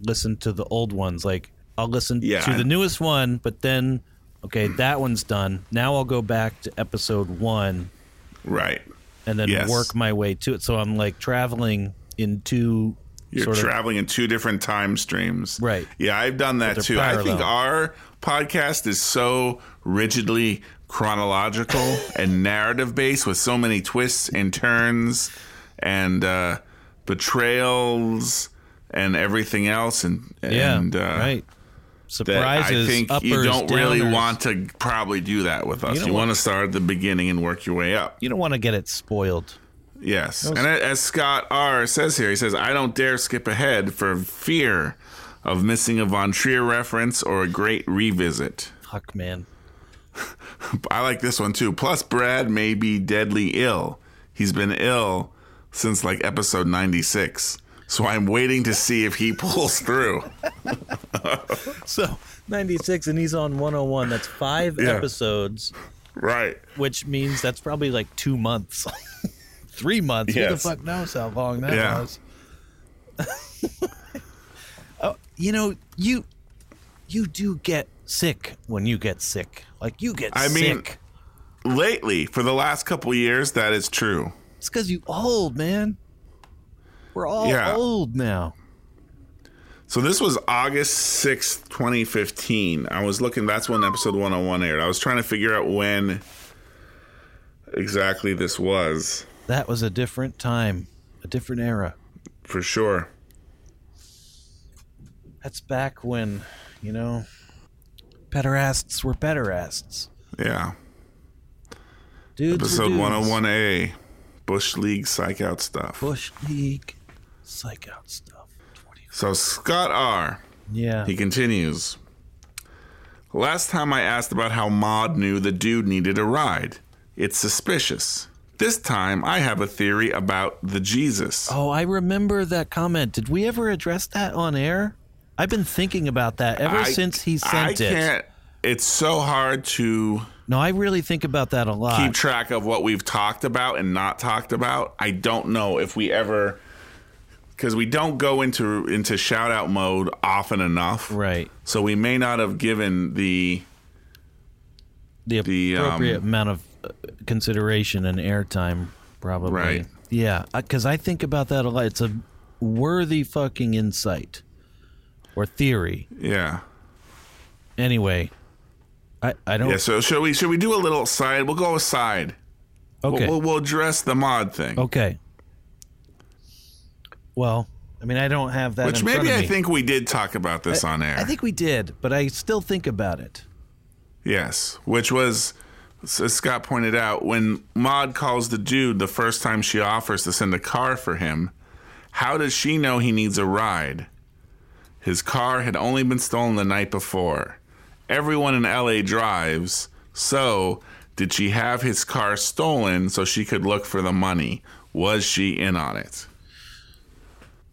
Speaker 4: listen to the old ones. Like I'll listen
Speaker 5: Yeah,
Speaker 4: to
Speaker 5: I-
Speaker 4: the newest one, but then okay, that one's done. Now I'll go back to episode 1
Speaker 5: Right.
Speaker 4: and then
Speaker 5: Yes.
Speaker 4: work my way to it. So I'm like traveling in two
Speaker 5: You're
Speaker 4: sort of
Speaker 5: traveling in two different time streams.
Speaker 4: Right.
Speaker 5: Yeah, I've done that
Speaker 4: they're
Speaker 5: too. I think
Speaker 4: parallel.
Speaker 5: our podcast is so rigidly chronological and narrative based with so many twists and turns and uh, betrayals and everything else and
Speaker 4: yeah,
Speaker 5: and uh,
Speaker 4: right.
Speaker 5: that
Speaker 4: Surprises.
Speaker 5: I think
Speaker 4: uppers,
Speaker 5: you don't really
Speaker 4: downers.
Speaker 5: want to probably do that with us.
Speaker 4: don't
Speaker 5: You, want to start at the beginning and work your way up.
Speaker 4: You don't want to get it spoiled.
Speaker 5: Yes. And a- as Scott R says here, he says, I don't dare skip ahead for fear of missing a Von Trier reference or a great revisit.
Speaker 4: Fuck, man.
Speaker 5: I like this one too. Plus, Brad may be deadly ill. He's been ill since like episode 96. So I'm waiting to see if he pulls through.
Speaker 4: So 96 and he's on 101. That's five
Speaker 5: Yeah.
Speaker 4: episodes,
Speaker 5: right.
Speaker 4: which means that's probably like two months, three months. Who the
Speaker 5: Yes.
Speaker 4: fuck knows how long that
Speaker 5: Yeah.
Speaker 4: was? oh, you know, you you do get sick when you get sick. Like you get
Speaker 5: I mean-
Speaker 4: sick.
Speaker 5: Lately, for the last couple years, that is true.
Speaker 4: It's because you old, man. We're all
Speaker 5: Yeah.
Speaker 4: old now.
Speaker 5: So this was August 6th, 2015. I was looking, that's when episode 101 aired. I was trying to figure out when exactly this was
Speaker 4: That was a different time, a different era.
Speaker 5: for sure.
Speaker 4: That's back when, you know, pederasts were pederasts.
Speaker 5: Yeah.
Speaker 4: Dudes were
Speaker 5: Episode
Speaker 4: dudes.
Speaker 5: 101A Bush League Psych Out Stuff.
Speaker 4: Bush League psych out stuff. 20.
Speaker 5: So Scott R.
Speaker 4: Yeah.
Speaker 5: He continues. Last time I asked about how Maud knew the dude needed a ride. It's suspicious. This time I have a theory about the Jesus.
Speaker 4: oh, I remember that comment. Did we ever address that on air? I've been thinking about that ever
Speaker 5: I-
Speaker 4: since he
Speaker 5: I
Speaker 4: sent it.
Speaker 5: can't. It's so hard to
Speaker 4: No, I really think about that a lot.
Speaker 5: keep track of what we've talked about and not talked about. I don't know if we ever because we don't go into into shout out mode often enough.
Speaker 4: right.
Speaker 5: So we may not have given the
Speaker 4: The
Speaker 5: The,
Speaker 4: appropriate
Speaker 5: um,
Speaker 4: amount of uh, consideration and airtime, probably.
Speaker 5: Right.
Speaker 4: Yeah, because I think about that a lot. It's a worthy fucking insight or theory.
Speaker 5: yeah.
Speaker 4: Anyway, I, I don't.
Speaker 5: Yeah, so should we should we do a little side? We'll go aside.
Speaker 4: okay.
Speaker 5: We'll, we'll address the mod thing.
Speaker 4: Okay. Well, I mean, I don't have that.
Speaker 5: Which
Speaker 4: in front
Speaker 5: maybe
Speaker 4: of
Speaker 5: I
Speaker 4: me.
Speaker 5: think we did talk about this on air.
Speaker 4: I think we did, but I still think about it.
Speaker 5: Yes, which was, as Scott pointed out, when Maud calls the dude the first time she offers to send a car for him, how does she know he needs a ride? His car had only been stolen the night before. Everyone in LA drives, so did she have his car stolen so she could look for the money? Was she in on it?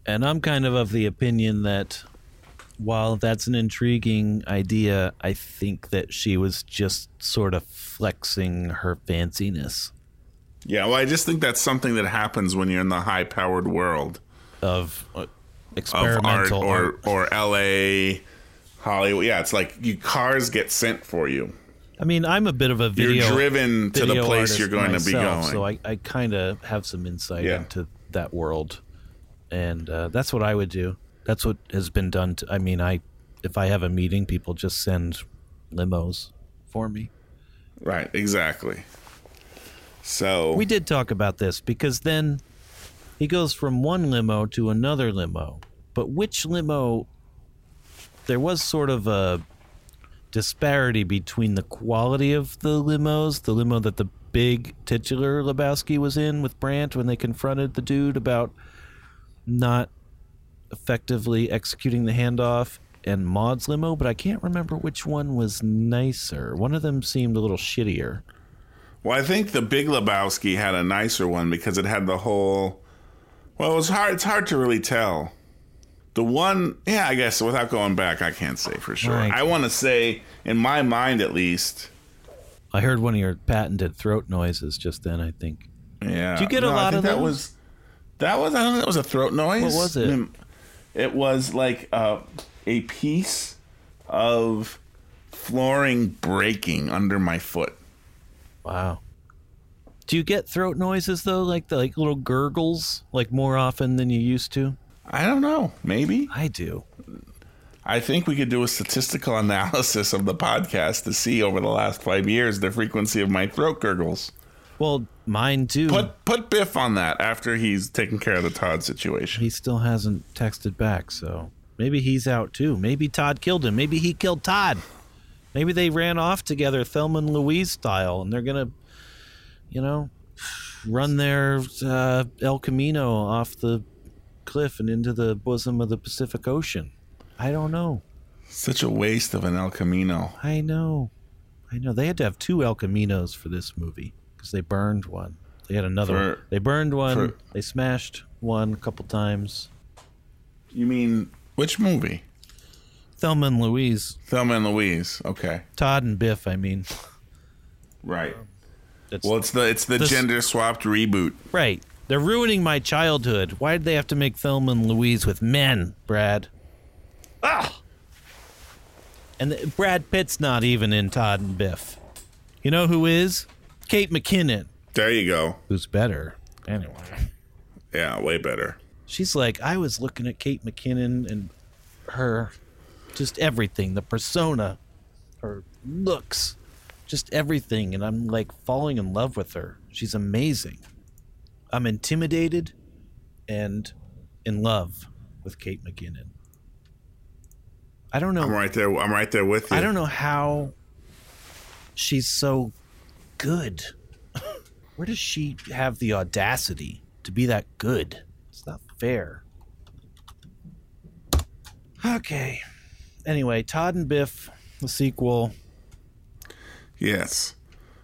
Speaker 4: And I'm kind of of the opinion that while that's an intriguing idea, I think that she was just sort of flexing her fanciness
Speaker 5: Yeah, well, I just think that's something that happens when you're in the high powered world.
Speaker 4: of uh,
Speaker 5: of art
Speaker 4: experimental
Speaker 5: or, or LA, Hollywood. Yeah, it's like you cars get sent for you.
Speaker 4: I mean, I'm a bit of a
Speaker 5: You're
Speaker 4: video
Speaker 5: driven to the
Speaker 4: video
Speaker 5: place you're going
Speaker 4: artist
Speaker 5: to be going.
Speaker 4: myself, So I, I kind of have some insight
Speaker 5: Yeah.
Speaker 4: into that world. and uh, that's what I would do. That's what has been done. To, I mean, I if I have a meeting, people just send limos for me.
Speaker 5: Right, exactly. So
Speaker 4: We did talk about this because then he goes from one limo to another limo. But which limo? There was sort of a disparity between the quality of the limos, the limo that the big titular Lebowski was in with Brandt when they confronted the dude about not effectively executing the handoff and Maud's limo, but I can't remember which one was nicer. One of them seemed a little shittier.
Speaker 5: Well, I think the Big Lebowski had a nicer one because it had the whole. Well, it was hard. It's hard to really tell. The one, yeah, I guess without going back, I can't say for sure.
Speaker 4: Right.
Speaker 5: I want to say, in my mind at least,
Speaker 4: I heard one of your patented throat noises just then, I think.
Speaker 5: yeah.
Speaker 4: Do you get a
Speaker 5: No, I
Speaker 4: lot
Speaker 5: think
Speaker 4: of
Speaker 5: that
Speaker 4: those?
Speaker 5: was that was I don't know that was a throat noise.
Speaker 4: What was it?
Speaker 5: I mean, it was like a, a piece of flooring breaking under my foot.
Speaker 4: Wow. Do you get throat noises though, like the like little gurgles, like more often than you used to?
Speaker 5: I don't know. Maybe
Speaker 4: I do.
Speaker 5: I think we could do a statistical analysis of the podcast to see over the last five years the frequency of my throat gurgles.
Speaker 4: Well, mine too.
Speaker 5: Put put Biff on that after he's taken care of the Todd situation.
Speaker 4: He still hasn't texted back, so maybe he's out too. Maybe Todd killed him. Maybe he killed Todd. Maybe they ran off together, Thelma and Louise style, and they're gonna, you know, run their uh, El Camino off the cliff and into the bosom of the Pacific Ocean. I don't know.
Speaker 5: Such a waste of an El Camino.
Speaker 4: I know. I know. They had to have two El Caminos for this movie because they burned one. They had another
Speaker 5: For-
Speaker 4: one. They burned one.
Speaker 5: for-
Speaker 4: they smashed one a couple times.
Speaker 5: You mean which movie?
Speaker 4: Thelma and Louise,
Speaker 5: Thelma and Louise. Okay,
Speaker 4: Todd and Biff, I mean.
Speaker 5: right.
Speaker 4: That's,
Speaker 5: Well, it's the it's the
Speaker 4: This-
Speaker 5: gender swapped reboot.
Speaker 4: right. They're ruining my childhood. Why did they have to make Thelma and Louise with men, Brad? Ah! And the, Brad Pitt's not even in Todd and Biff. You know who is? Kate McKinnon.
Speaker 5: There you go.
Speaker 4: Who's better? Anyway.
Speaker 5: Yeah, way better.
Speaker 4: She's like, I was looking at Kate McKinnon and her, just everything, the persona, her looks, just everything. And I'm like falling in love with her. She's amazing. I'm intimidated and in love with Kate McKinnon. I don't know.
Speaker 5: I'm right there. I'm right there with you.
Speaker 4: I don't know how she's so good. Where does she have the audacity to be that good? It's not fair. Okay. Anyway, Todd and Biff, the sequel.
Speaker 5: Yes.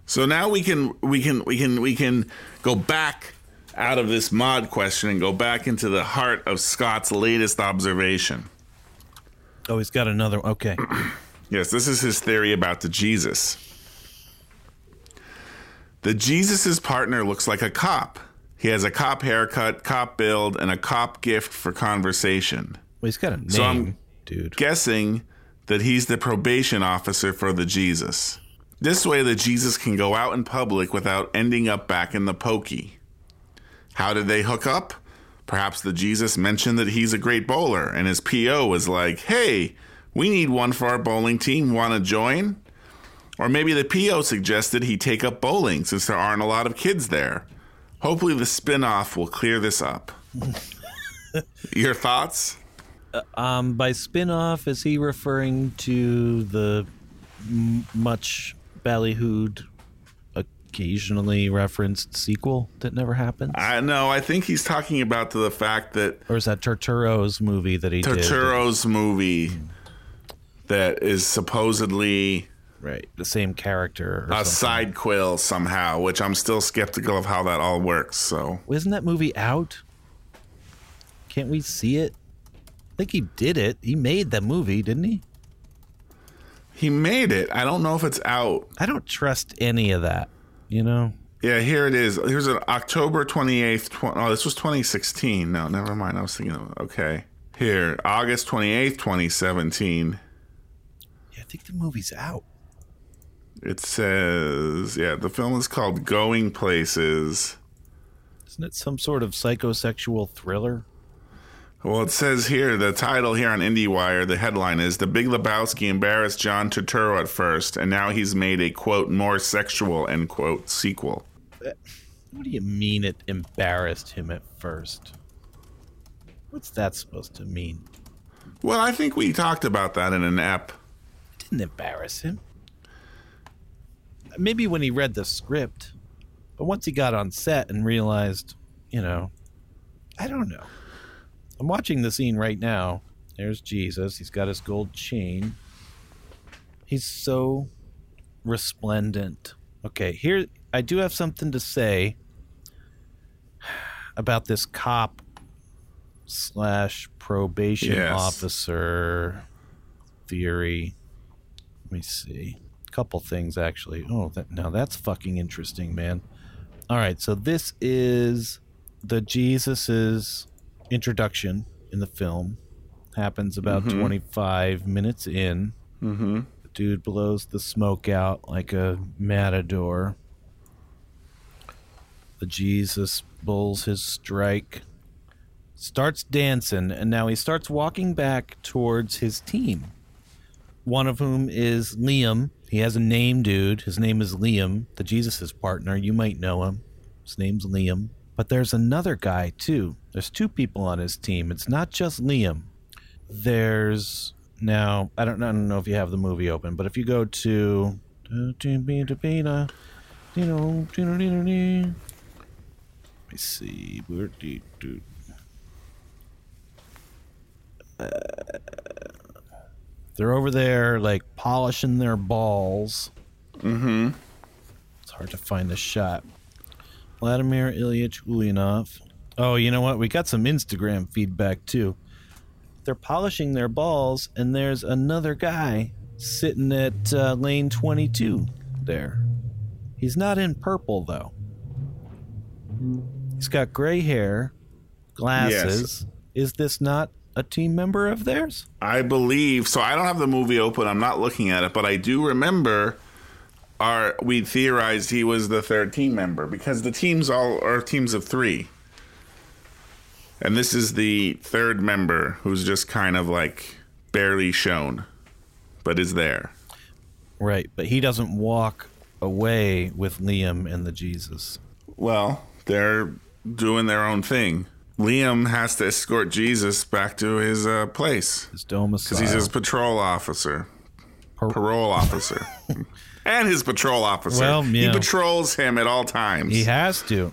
Speaker 5: So now we can we can we can we can go back out of this mod question and go back into the heart of Scott's latest observation.
Speaker 4: Oh, he's got another. Okay.
Speaker 5: Yes, this is his theory about the Jesus. The Jesus's partner looks like a cop. He has a cop haircut, cop build, and a cop gift for conversation.
Speaker 4: Well, he's got a name,
Speaker 5: So I'm
Speaker 4: dude.
Speaker 5: guessing that he's the probation officer for the Jesus. This way, the Jesus can go out in public without ending up back in the pokey. How did they hook up? Perhaps the Jesus mentioned that he's a great bowler, and his PO was like, hey, we need one for our bowling team. Want to join? Or maybe the PO suggested he take up bowling since there aren't a lot of kids there. Hopefully, the spin off will clear this up. Your thoughts?
Speaker 4: Um, by spin off, is he referring to the m- much ballyhooed, occasionally referenced sequel that never happened?
Speaker 5: I no, I think he's talking about the fact that
Speaker 4: or is that Turturro's movie that he did?
Speaker 5: Torturo's movie that is supposedly
Speaker 4: Right, the same character. Or
Speaker 5: a
Speaker 4: something.
Speaker 5: side quill somehow, which I'm still skeptical of how that all works. So
Speaker 4: Isn't that movie out? Can't we see it? I think he did it. He made the movie, didn't he?
Speaker 5: he made it. I don't know if it's out.
Speaker 4: I don't trust any of that. You know,
Speaker 5: Yeah, here it is. Here's an October 28th. Tw- oh, this was 2016. No, never mind. I was thinking, of, okay. Here, August 28th, 2017.
Speaker 4: yeah, I think the movie's out.
Speaker 5: It says, yeah, the film is called Going Places.
Speaker 4: Isn't it some sort of psychosexual thriller?
Speaker 5: Well, it says here the title here on IndieWire, the headline is The Big Lebowski Embarrassed John Turturro at First, and now he's made a quote more sexual end quote sequel.
Speaker 4: What do you mean it embarrassed him at first? What's that supposed to mean?
Speaker 5: Well, I think we talked about that in an app.
Speaker 4: It didn't embarrass him. Maybe when he read the script, but once he got on set and realized, you know, I don't know. I'm watching the scene right now. There's Jesus. He's got his gold chain. He's so resplendent. Okay, here I do have something to say about this cop slash probation
Speaker 5: Yes.
Speaker 4: officer theory. Let me see. Couple things actually. Oh, that, now that's fucking interesting, man. All right, so this is the Jesus's introduction in the film. Happens about 25 minutes in.
Speaker 5: Mm-hmm.
Speaker 4: The dude blows the smoke out like a matador. The Jesus bulls his strike, starts dancing, and now he starts walking back towards his team. One of whom is Liam. He has a name, dude. His name is Liam, the Jesus's partner. You might know him. His name's Liam. But there's another guy, too. There's two people on his team. It's not just Liam there's now I don't, I don't know if you have the movie open, but if you go to let me see where do you do Uh, they're over there like polishing their balls.
Speaker 5: Mm-hmm.
Speaker 4: It's hard to find the shot. Vladimir Ilyich Ulyanov. Oh, you know what? We got some Instagram feedback too. They're polishing their balls, and there's another guy sitting at uh, lane 22 there. He's not in purple, though. He's got gray hair, glasses. Is this not a team member of theirs?
Speaker 5: I believe so. I don't have the movie open. I'm not looking at it, but I do remember. Our we theorized he was the third team member because the teams all are teams of three, and this is the third member who's just kind of like barely shown, but is there.
Speaker 4: Right, but he doesn't walk away with Liam and the Jesus.
Speaker 5: Well, they're doing their own thing. Liam has to escort Jesus back to his uh, place
Speaker 4: His domicile.
Speaker 5: because he's his patrol officer,
Speaker 4: Par-
Speaker 5: parole officer, and his patrol officer.
Speaker 4: Well,
Speaker 5: He
Speaker 4: yeah.
Speaker 5: patrols him at all times.
Speaker 4: He has to.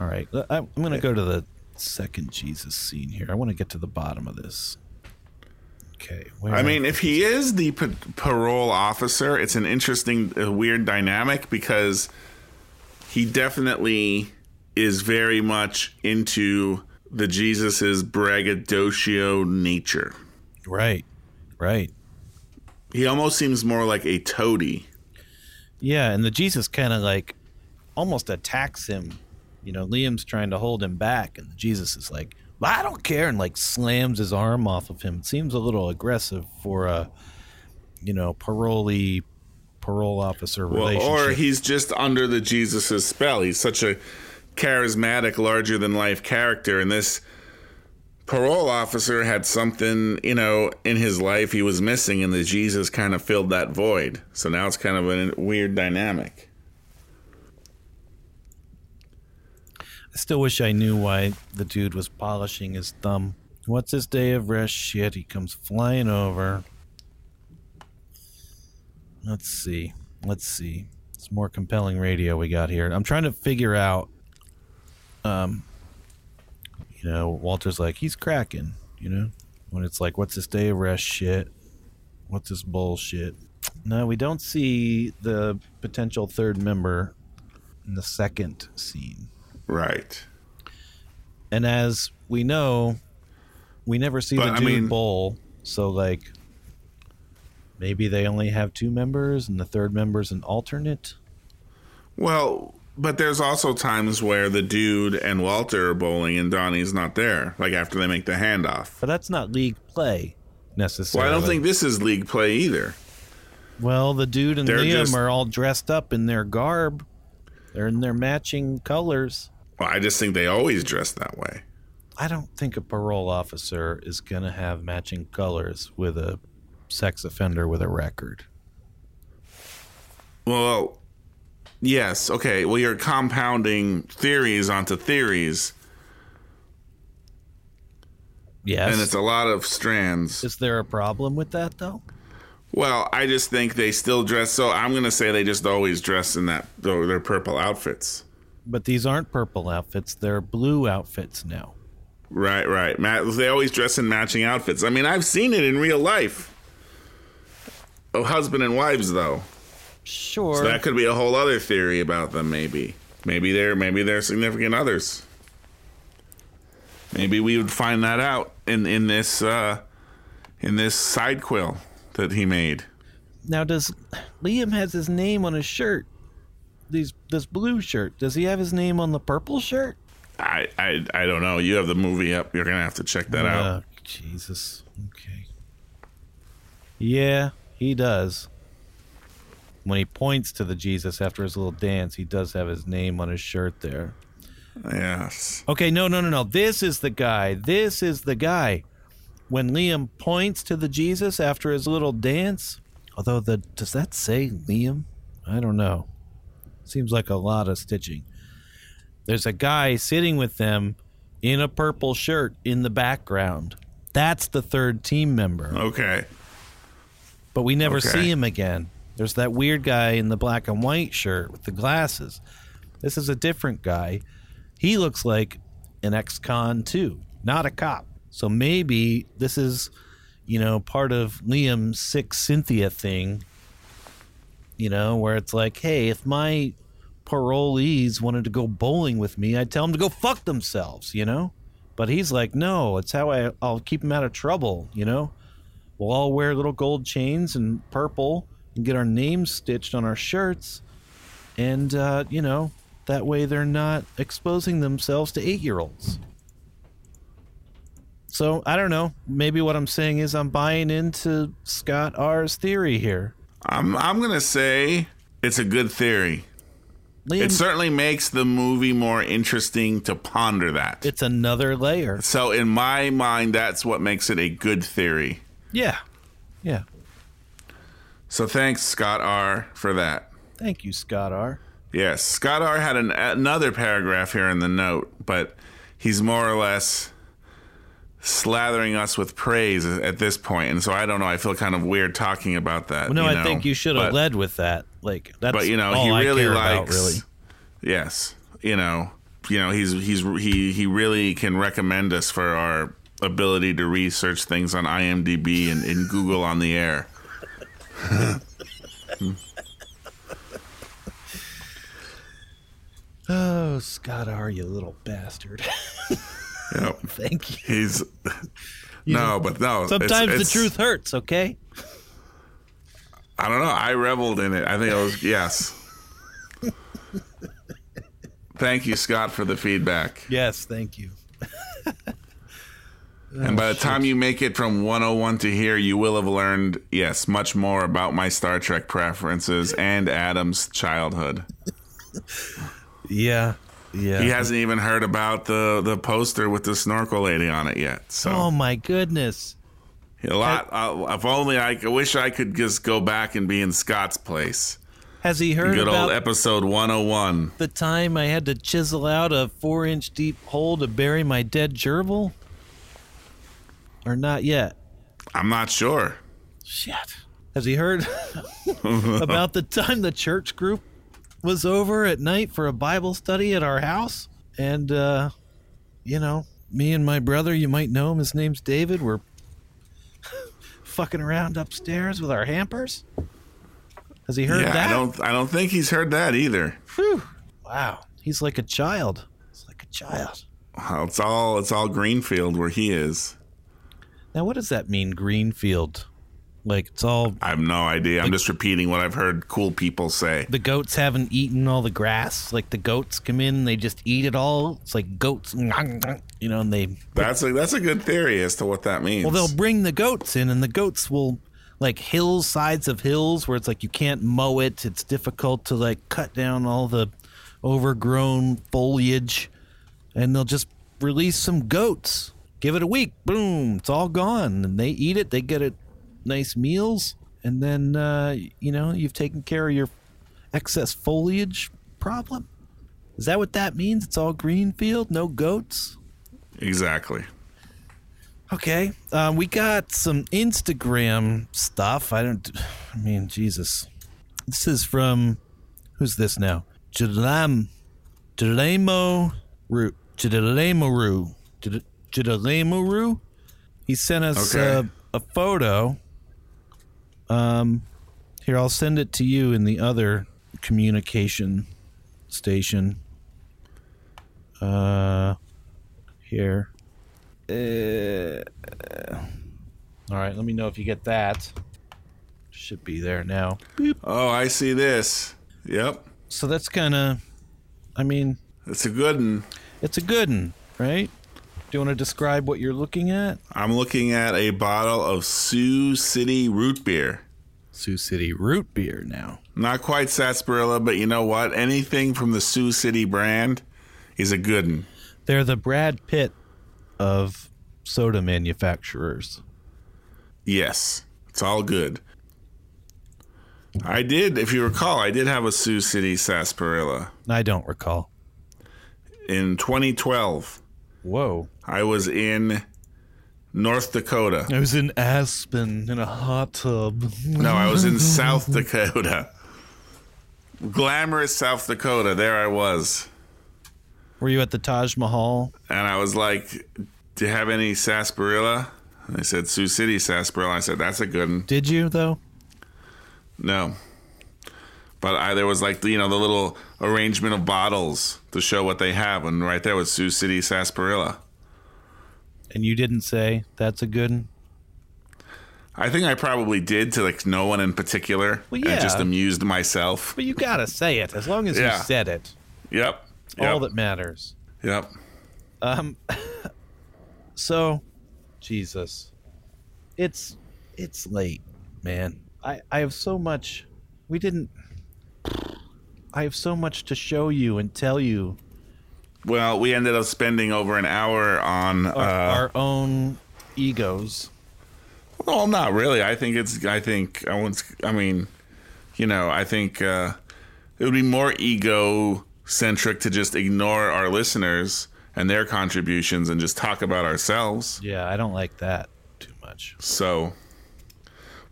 Speaker 4: All right. I- I'm going to go to the second Jesus scene here. I want to get to the bottom of this. Okay. where-
Speaker 5: I mean, if he is the pa- parole officer, it's an interesting, uh, weird dynamic because he definitely is very much into the Jesus's braggadocio nature.
Speaker 4: right. Right.
Speaker 5: He almost seems more like a toady.
Speaker 4: Yeah. And the Jesus kind of like almost attacks him. You know, Liam's trying to hold him back, and the Jesus is like, I don't care, and like slams his arm off of him. It seems a little aggressive for a, you know, parolee, parole officer
Speaker 5: Well,
Speaker 4: relationship.
Speaker 5: or he's just under the Jesus's spell. He's such a charismatic, larger than life character, and this parole officer had something, you know, in his life he was missing, and the Jesus kind of filled that void. So now it's kind of a weird dynamic.
Speaker 4: I still wish I knew why the dude was polishing his thumb. What's his day of rest shit? He comes flying over. Let's see. Let's see. It's more compelling radio we got here. I'm trying to figure out um you know, Walter's like, he's cracking, you know? When it's like, what's this day of rest shit? What's this bullshit? No, we don't see the potential third member in the second scene.
Speaker 5: Right.
Speaker 4: And as we know, we never see
Speaker 5: But,
Speaker 4: the
Speaker 5: I
Speaker 4: dude
Speaker 5: mean-
Speaker 4: bowl. So like, maybe they only have two members, and the third member's an alternate.
Speaker 5: Well, but there's also times where the dude and Walter are bowling and Donnie's not there, like after they make the handoff.
Speaker 4: But that's not league play
Speaker 5: Well,
Speaker 4: necessarily.
Speaker 5: I don't think this is league play either.
Speaker 4: Well, the dude and
Speaker 5: They're
Speaker 4: Liam
Speaker 5: just-
Speaker 4: are all dressed up in their garb. They're in their matching colors.
Speaker 5: Well, I just think they always dress that way.
Speaker 4: I don't think a parole officer is going to have matching colors with a sex offender with a record.
Speaker 5: Well, yes. Okay. Well, you're compounding theories onto theories,
Speaker 4: Yes.
Speaker 5: and it's a lot of strands.
Speaker 4: is there a problem with that though?
Speaker 5: Well, I just think they still dress. So I'm gonna say they just always dress in that tho- their purple outfits.
Speaker 4: But these aren't purple outfits, they're blue outfits now.
Speaker 5: Right, right. Ma- they always dress in matching outfits. I mean, I've seen it in real life. Oh, husband and wives though.
Speaker 4: Sure.
Speaker 5: So that could be a whole other theory about them. Maybe, maybe they're maybe they're significant others. Maybe we would find that out in in this uh, in this side quill that he made.
Speaker 4: Now, does Liam has his name on his shirt? These this blue shirt. Does he have his name on the purple shirt?
Speaker 5: I I, I don't know. You have the movie up. You're gonna have to check that out.
Speaker 4: Oh, Jesus. Okay. Yeah, he does. When he points to the Jesus after his little dance, he does have his name on his shirt there.
Speaker 5: Yes.
Speaker 4: Okay, no, no, no, no. This is the guy. This is the guy. When Liam points to the Jesus after his little dance, although the does that say Liam? I don't know. Seems like a lot of stitching. There's a guy sitting with them in a purple shirt in the background. That's the third team member,
Speaker 5: Okay.
Speaker 4: but we never
Speaker 5: okay.
Speaker 4: see him again. There's that weird guy in the black and white shirt with the glasses. This is a different guy. He looks like an ex con too, not a cop. So maybe this is, you know, part of Liam's sick Cynthia thing, you know, where it's like, hey, if my parolees wanted to go bowling with me, I'd tell them to go fuck themselves, you know? But he's like, no, it's how I, I'll keep them out of trouble, you know? We'll all wear little gold chains and purple and get our names stitched on our shirts and uh, you know that way they're not exposing themselves to eight-year-olds so i don't know maybe what i'm saying is i'm buying into scott r's theory here
Speaker 5: I'm I'm gonna say it's a good theory.
Speaker 4: liam
Speaker 5: It
Speaker 4: it's,
Speaker 5: certainly makes the movie more interesting to ponder that.
Speaker 4: another layer
Speaker 5: So in my mind, that's what makes it a good theory.
Speaker 4: yeah yeah
Speaker 5: So thanks, Scott R, for that.
Speaker 4: thank you scott r
Speaker 5: Yes, Scott R had an, another paragraph here in the note, but he's more or less slathering us with praise at this point, and so I don't know. I feel kind of weird talking about that.
Speaker 4: well, no
Speaker 5: you
Speaker 4: i
Speaker 5: know,
Speaker 4: think you should have
Speaker 5: but-
Speaker 4: led with that like that's
Speaker 5: but you know
Speaker 4: all
Speaker 5: he
Speaker 4: I
Speaker 5: really
Speaker 4: care
Speaker 5: likes
Speaker 4: about, really
Speaker 5: yes you know you know he's he's he he really can recommend us for our ability to research things on imdb and in google on the air
Speaker 4: oh scott r you little bastard
Speaker 5: Yep.
Speaker 4: thank you
Speaker 5: he's no but no it's-
Speaker 4: sometimes
Speaker 5: it's-
Speaker 4: the truth hurts okay
Speaker 5: i don't know i reveled in it i think i was yes thank you scott for the feedback
Speaker 4: yes thank you
Speaker 5: And by the time you make it from 101 to here, you will have learned, yes, much more about my Star Trek preferences and Adam's childhood.
Speaker 4: yeah yeah
Speaker 5: He hasn't even heard about the, the poster with the snorkel lady on it yet.
Speaker 4: Oh
Speaker 5: So
Speaker 4: my goodness.
Speaker 5: a lot. Uh, if only I, I wish I could just go back and be in Scott's place.
Speaker 4: Has he heard
Speaker 5: Good
Speaker 4: about
Speaker 5: old episode 101.
Speaker 4: the time I had to chisel out a four inch deep hole to bury my dead gerbil? Or not yet?
Speaker 5: I'm not sure.
Speaker 4: Shit. Has he heard about the time the church group was over at night for a Bible study at our house? And, uh, you know, me and my brother, you might know him, his name's David, were fucking around upstairs with our hampers? Has he heard
Speaker 5: yeah,
Speaker 4: that?
Speaker 5: I don't. I don't think he's heard that either.
Speaker 4: Whew. Wow. He's like a child. He's like a child.
Speaker 5: Wow, It's all. It's all Greenfield where he is.
Speaker 4: Now, what does that mean, Greenfield? Like, it's all
Speaker 5: I have no idea. I'm just repeating what I've heard cool people say.
Speaker 4: the goats haven't eaten all the grass. Like, the goats come in and they just eat it all. It's like goats, you know, and they.
Speaker 5: That's a that's a good theory as to what that means.
Speaker 4: Well, they'll bring the goats in, and the goats will, like, hillsides of hills where it's like you can't mow it. It's difficult to, like, cut down all the overgrown foliage. And they'll just, release some goats. Give it a week, boom, it's all gone. And they eat it, they get it nice meals, and then uh, you know, you've taken care of your excess foliage problem. Is that what that means? It's all green field, no goats?
Speaker 5: Exactly.
Speaker 4: Okay. Um, we got some Instagram stuff. I don't, I mean, Jesus. This is from, who's this now? Jalam, Jalamo Ru. Jalamo Ru. Jal- Jalamo Ru. He sent us
Speaker 5: Okay.
Speaker 4: uh, a photo. Um, here, I'll send it to you in the other communication station. Uh, here. All right, let me know if you get that. Should be there now.
Speaker 5: Oh, I see this. Yep.
Speaker 4: So that's kind of, I mean,
Speaker 5: It's a good one.
Speaker 4: it's a good one, right? Do you want to describe what you're looking at?
Speaker 5: I'm looking at a bottle of Sioux City root beer.
Speaker 4: Sioux City root beer now.
Speaker 5: Not quite sarsaparilla, but you know what? Anything from the Sioux City brand is a good one.
Speaker 4: They're the Brad Pitt of soda manufacturers.
Speaker 5: Yes, it's all good. I did, if you recall, I did have a Sioux City sarsaparilla
Speaker 4: I don't recall.
Speaker 5: in 2012.
Speaker 4: Whoa.
Speaker 5: I was in North Dakota.
Speaker 4: I was in Aspen in a hot tub.
Speaker 5: No, I was in South Dakota. Glamorous South Dakota. There I was.
Speaker 4: Were you at the Taj Mahal?
Speaker 5: And I was like, Do you have any sarsaparilla? And they said, Sioux City sarsaparilla. I said, That's a good one.
Speaker 4: Did you, though?
Speaker 5: No. But I, there was like, you know, the little arrangement of bottles to show what they have. And right there was Sioux City sarsaparilla.
Speaker 4: And you didn't say, that's a good one?
Speaker 5: I think I probably did to like no one in particular.
Speaker 4: Well,
Speaker 5: I
Speaker 4: yeah.
Speaker 5: just amused myself.
Speaker 4: But you gotta say it. As long as
Speaker 5: Yeah.
Speaker 4: you said it,
Speaker 5: Yep. Yep.
Speaker 4: all that matters.
Speaker 5: Yep.
Speaker 4: Um, so, Jesus, it's it's late, man. I I have so much. We didn't. I have so much to show you and tell you.
Speaker 5: Well, we ended up spending over an hour on.
Speaker 4: Our,
Speaker 5: uh,
Speaker 4: our own egos.
Speaker 5: Well, not really. I think it's. I think I want. I mean, you know, I think uh, it would be more ego centric to just ignore our listeners and their contributions and just talk about ourselves.
Speaker 4: Yeah, I don't like that too much.
Speaker 5: So,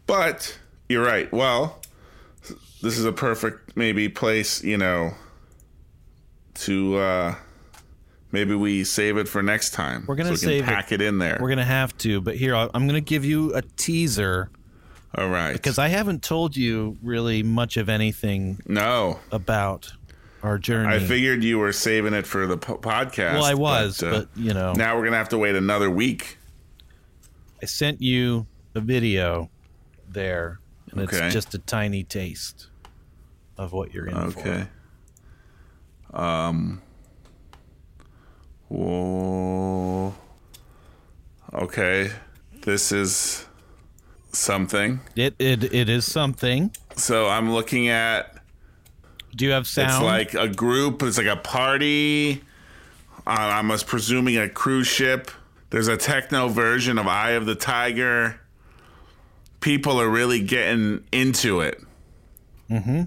Speaker 5: but you're right. Well, this is a perfect maybe place. You know, to uh, maybe we save it for next time.
Speaker 4: We're gonna
Speaker 5: so we
Speaker 4: save it.
Speaker 5: can pack it. in there.
Speaker 4: We're gonna have to, but here I- I'm gonna give you a teaser
Speaker 5: All right.
Speaker 4: because I haven't told you really much of anything
Speaker 5: no.
Speaker 4: about our journey.
Speaker 5: I figured you were saving it for the po- podcast.
Speaker 4: Well, I was, but,
Speaker 5: uh,
Speaker 4: you know,
Speaker 5: now we're gonna have to wait another week.
Speaker 4: I sent you a video there, and
Speaker 5: Okay.
Speaker 4: it's just a tiny taste of what you're in
Speaker 5: Okay.
Speaker 4: for.
Speaker 5: Um. Whoa. Okay. This is something.
Speaker 4: It it it is something.
Speaker 5: So I'm looking at.
Speaker 4: Do you have sound?
Speaker 5: It's like a group. It's like a party. Uh, I'm as- presuming a cruise ship. There's a techno version of Eye of the Tiger. People are really getting into it. Mm-hmm.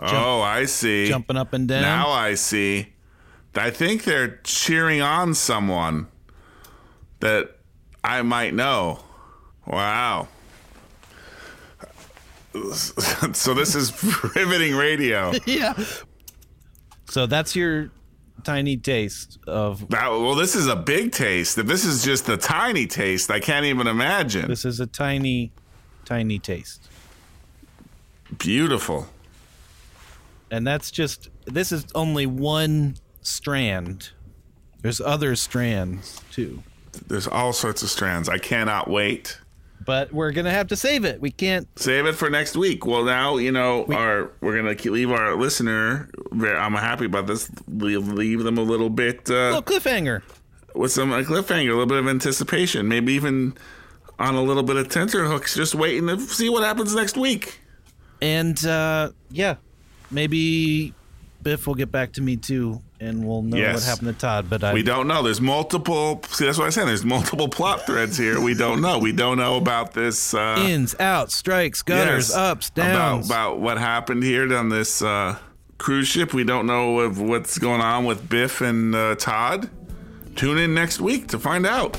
Speaker 5: Oh, I see.
Speaker 4: jumping up and down.
Speaker 5: Now I see. I think they're cheering on someone that I might know. Wow. So this is riveting radio.
Speaker 4: yeah. So that's your tiny taste of
Speaker 5: That, well, this is a big taste. If this is just a tiny taste, I can't even imagine.
Speaker 4: this is a tiny, tiny taste,
Speaker 5: Beautiful.
Speaker 4: and that's just this is only one strand. There's other strands too.
Speaker 5: There's all sorts of strands. I cannot wait.
Speaker 4: But we're gonna have to save it. We can't
Speaker 5: Save it for next week. Well, now you know our we're gonna ke- leave our listener. ver- I'm happy about this. Leave, leave them a little bit uh,
Speaker 4: Oh, cliffhanger.
Speaker 5: with some a cliffhanger, a little bit of anticipation, maybe even on a little bit of tenterhooks, just waiting to see what happens next week.
Speaker 4: And uh, yeah, maybe Biff will get back to me too, and we'll know
Speaker 5: Yes.
Speaker 4: what happened to Todd. But I,
Speaker 5: We don't know. There's multiple. See, that's what I'm saying. There's multiple plot threads here. We don't know. We don't know about this. Uh,
Speaker 4: ins, outs, strikes, gutters,
Speaker 5: yes,
Speaker 4: ups,
Speaker 5: About,
Speaker 4: downs.
Speaker 5: about what happened here on this uh, cruise ship. We don't know of what's going on with Biff and uh, Todd. Tune in next week to find out.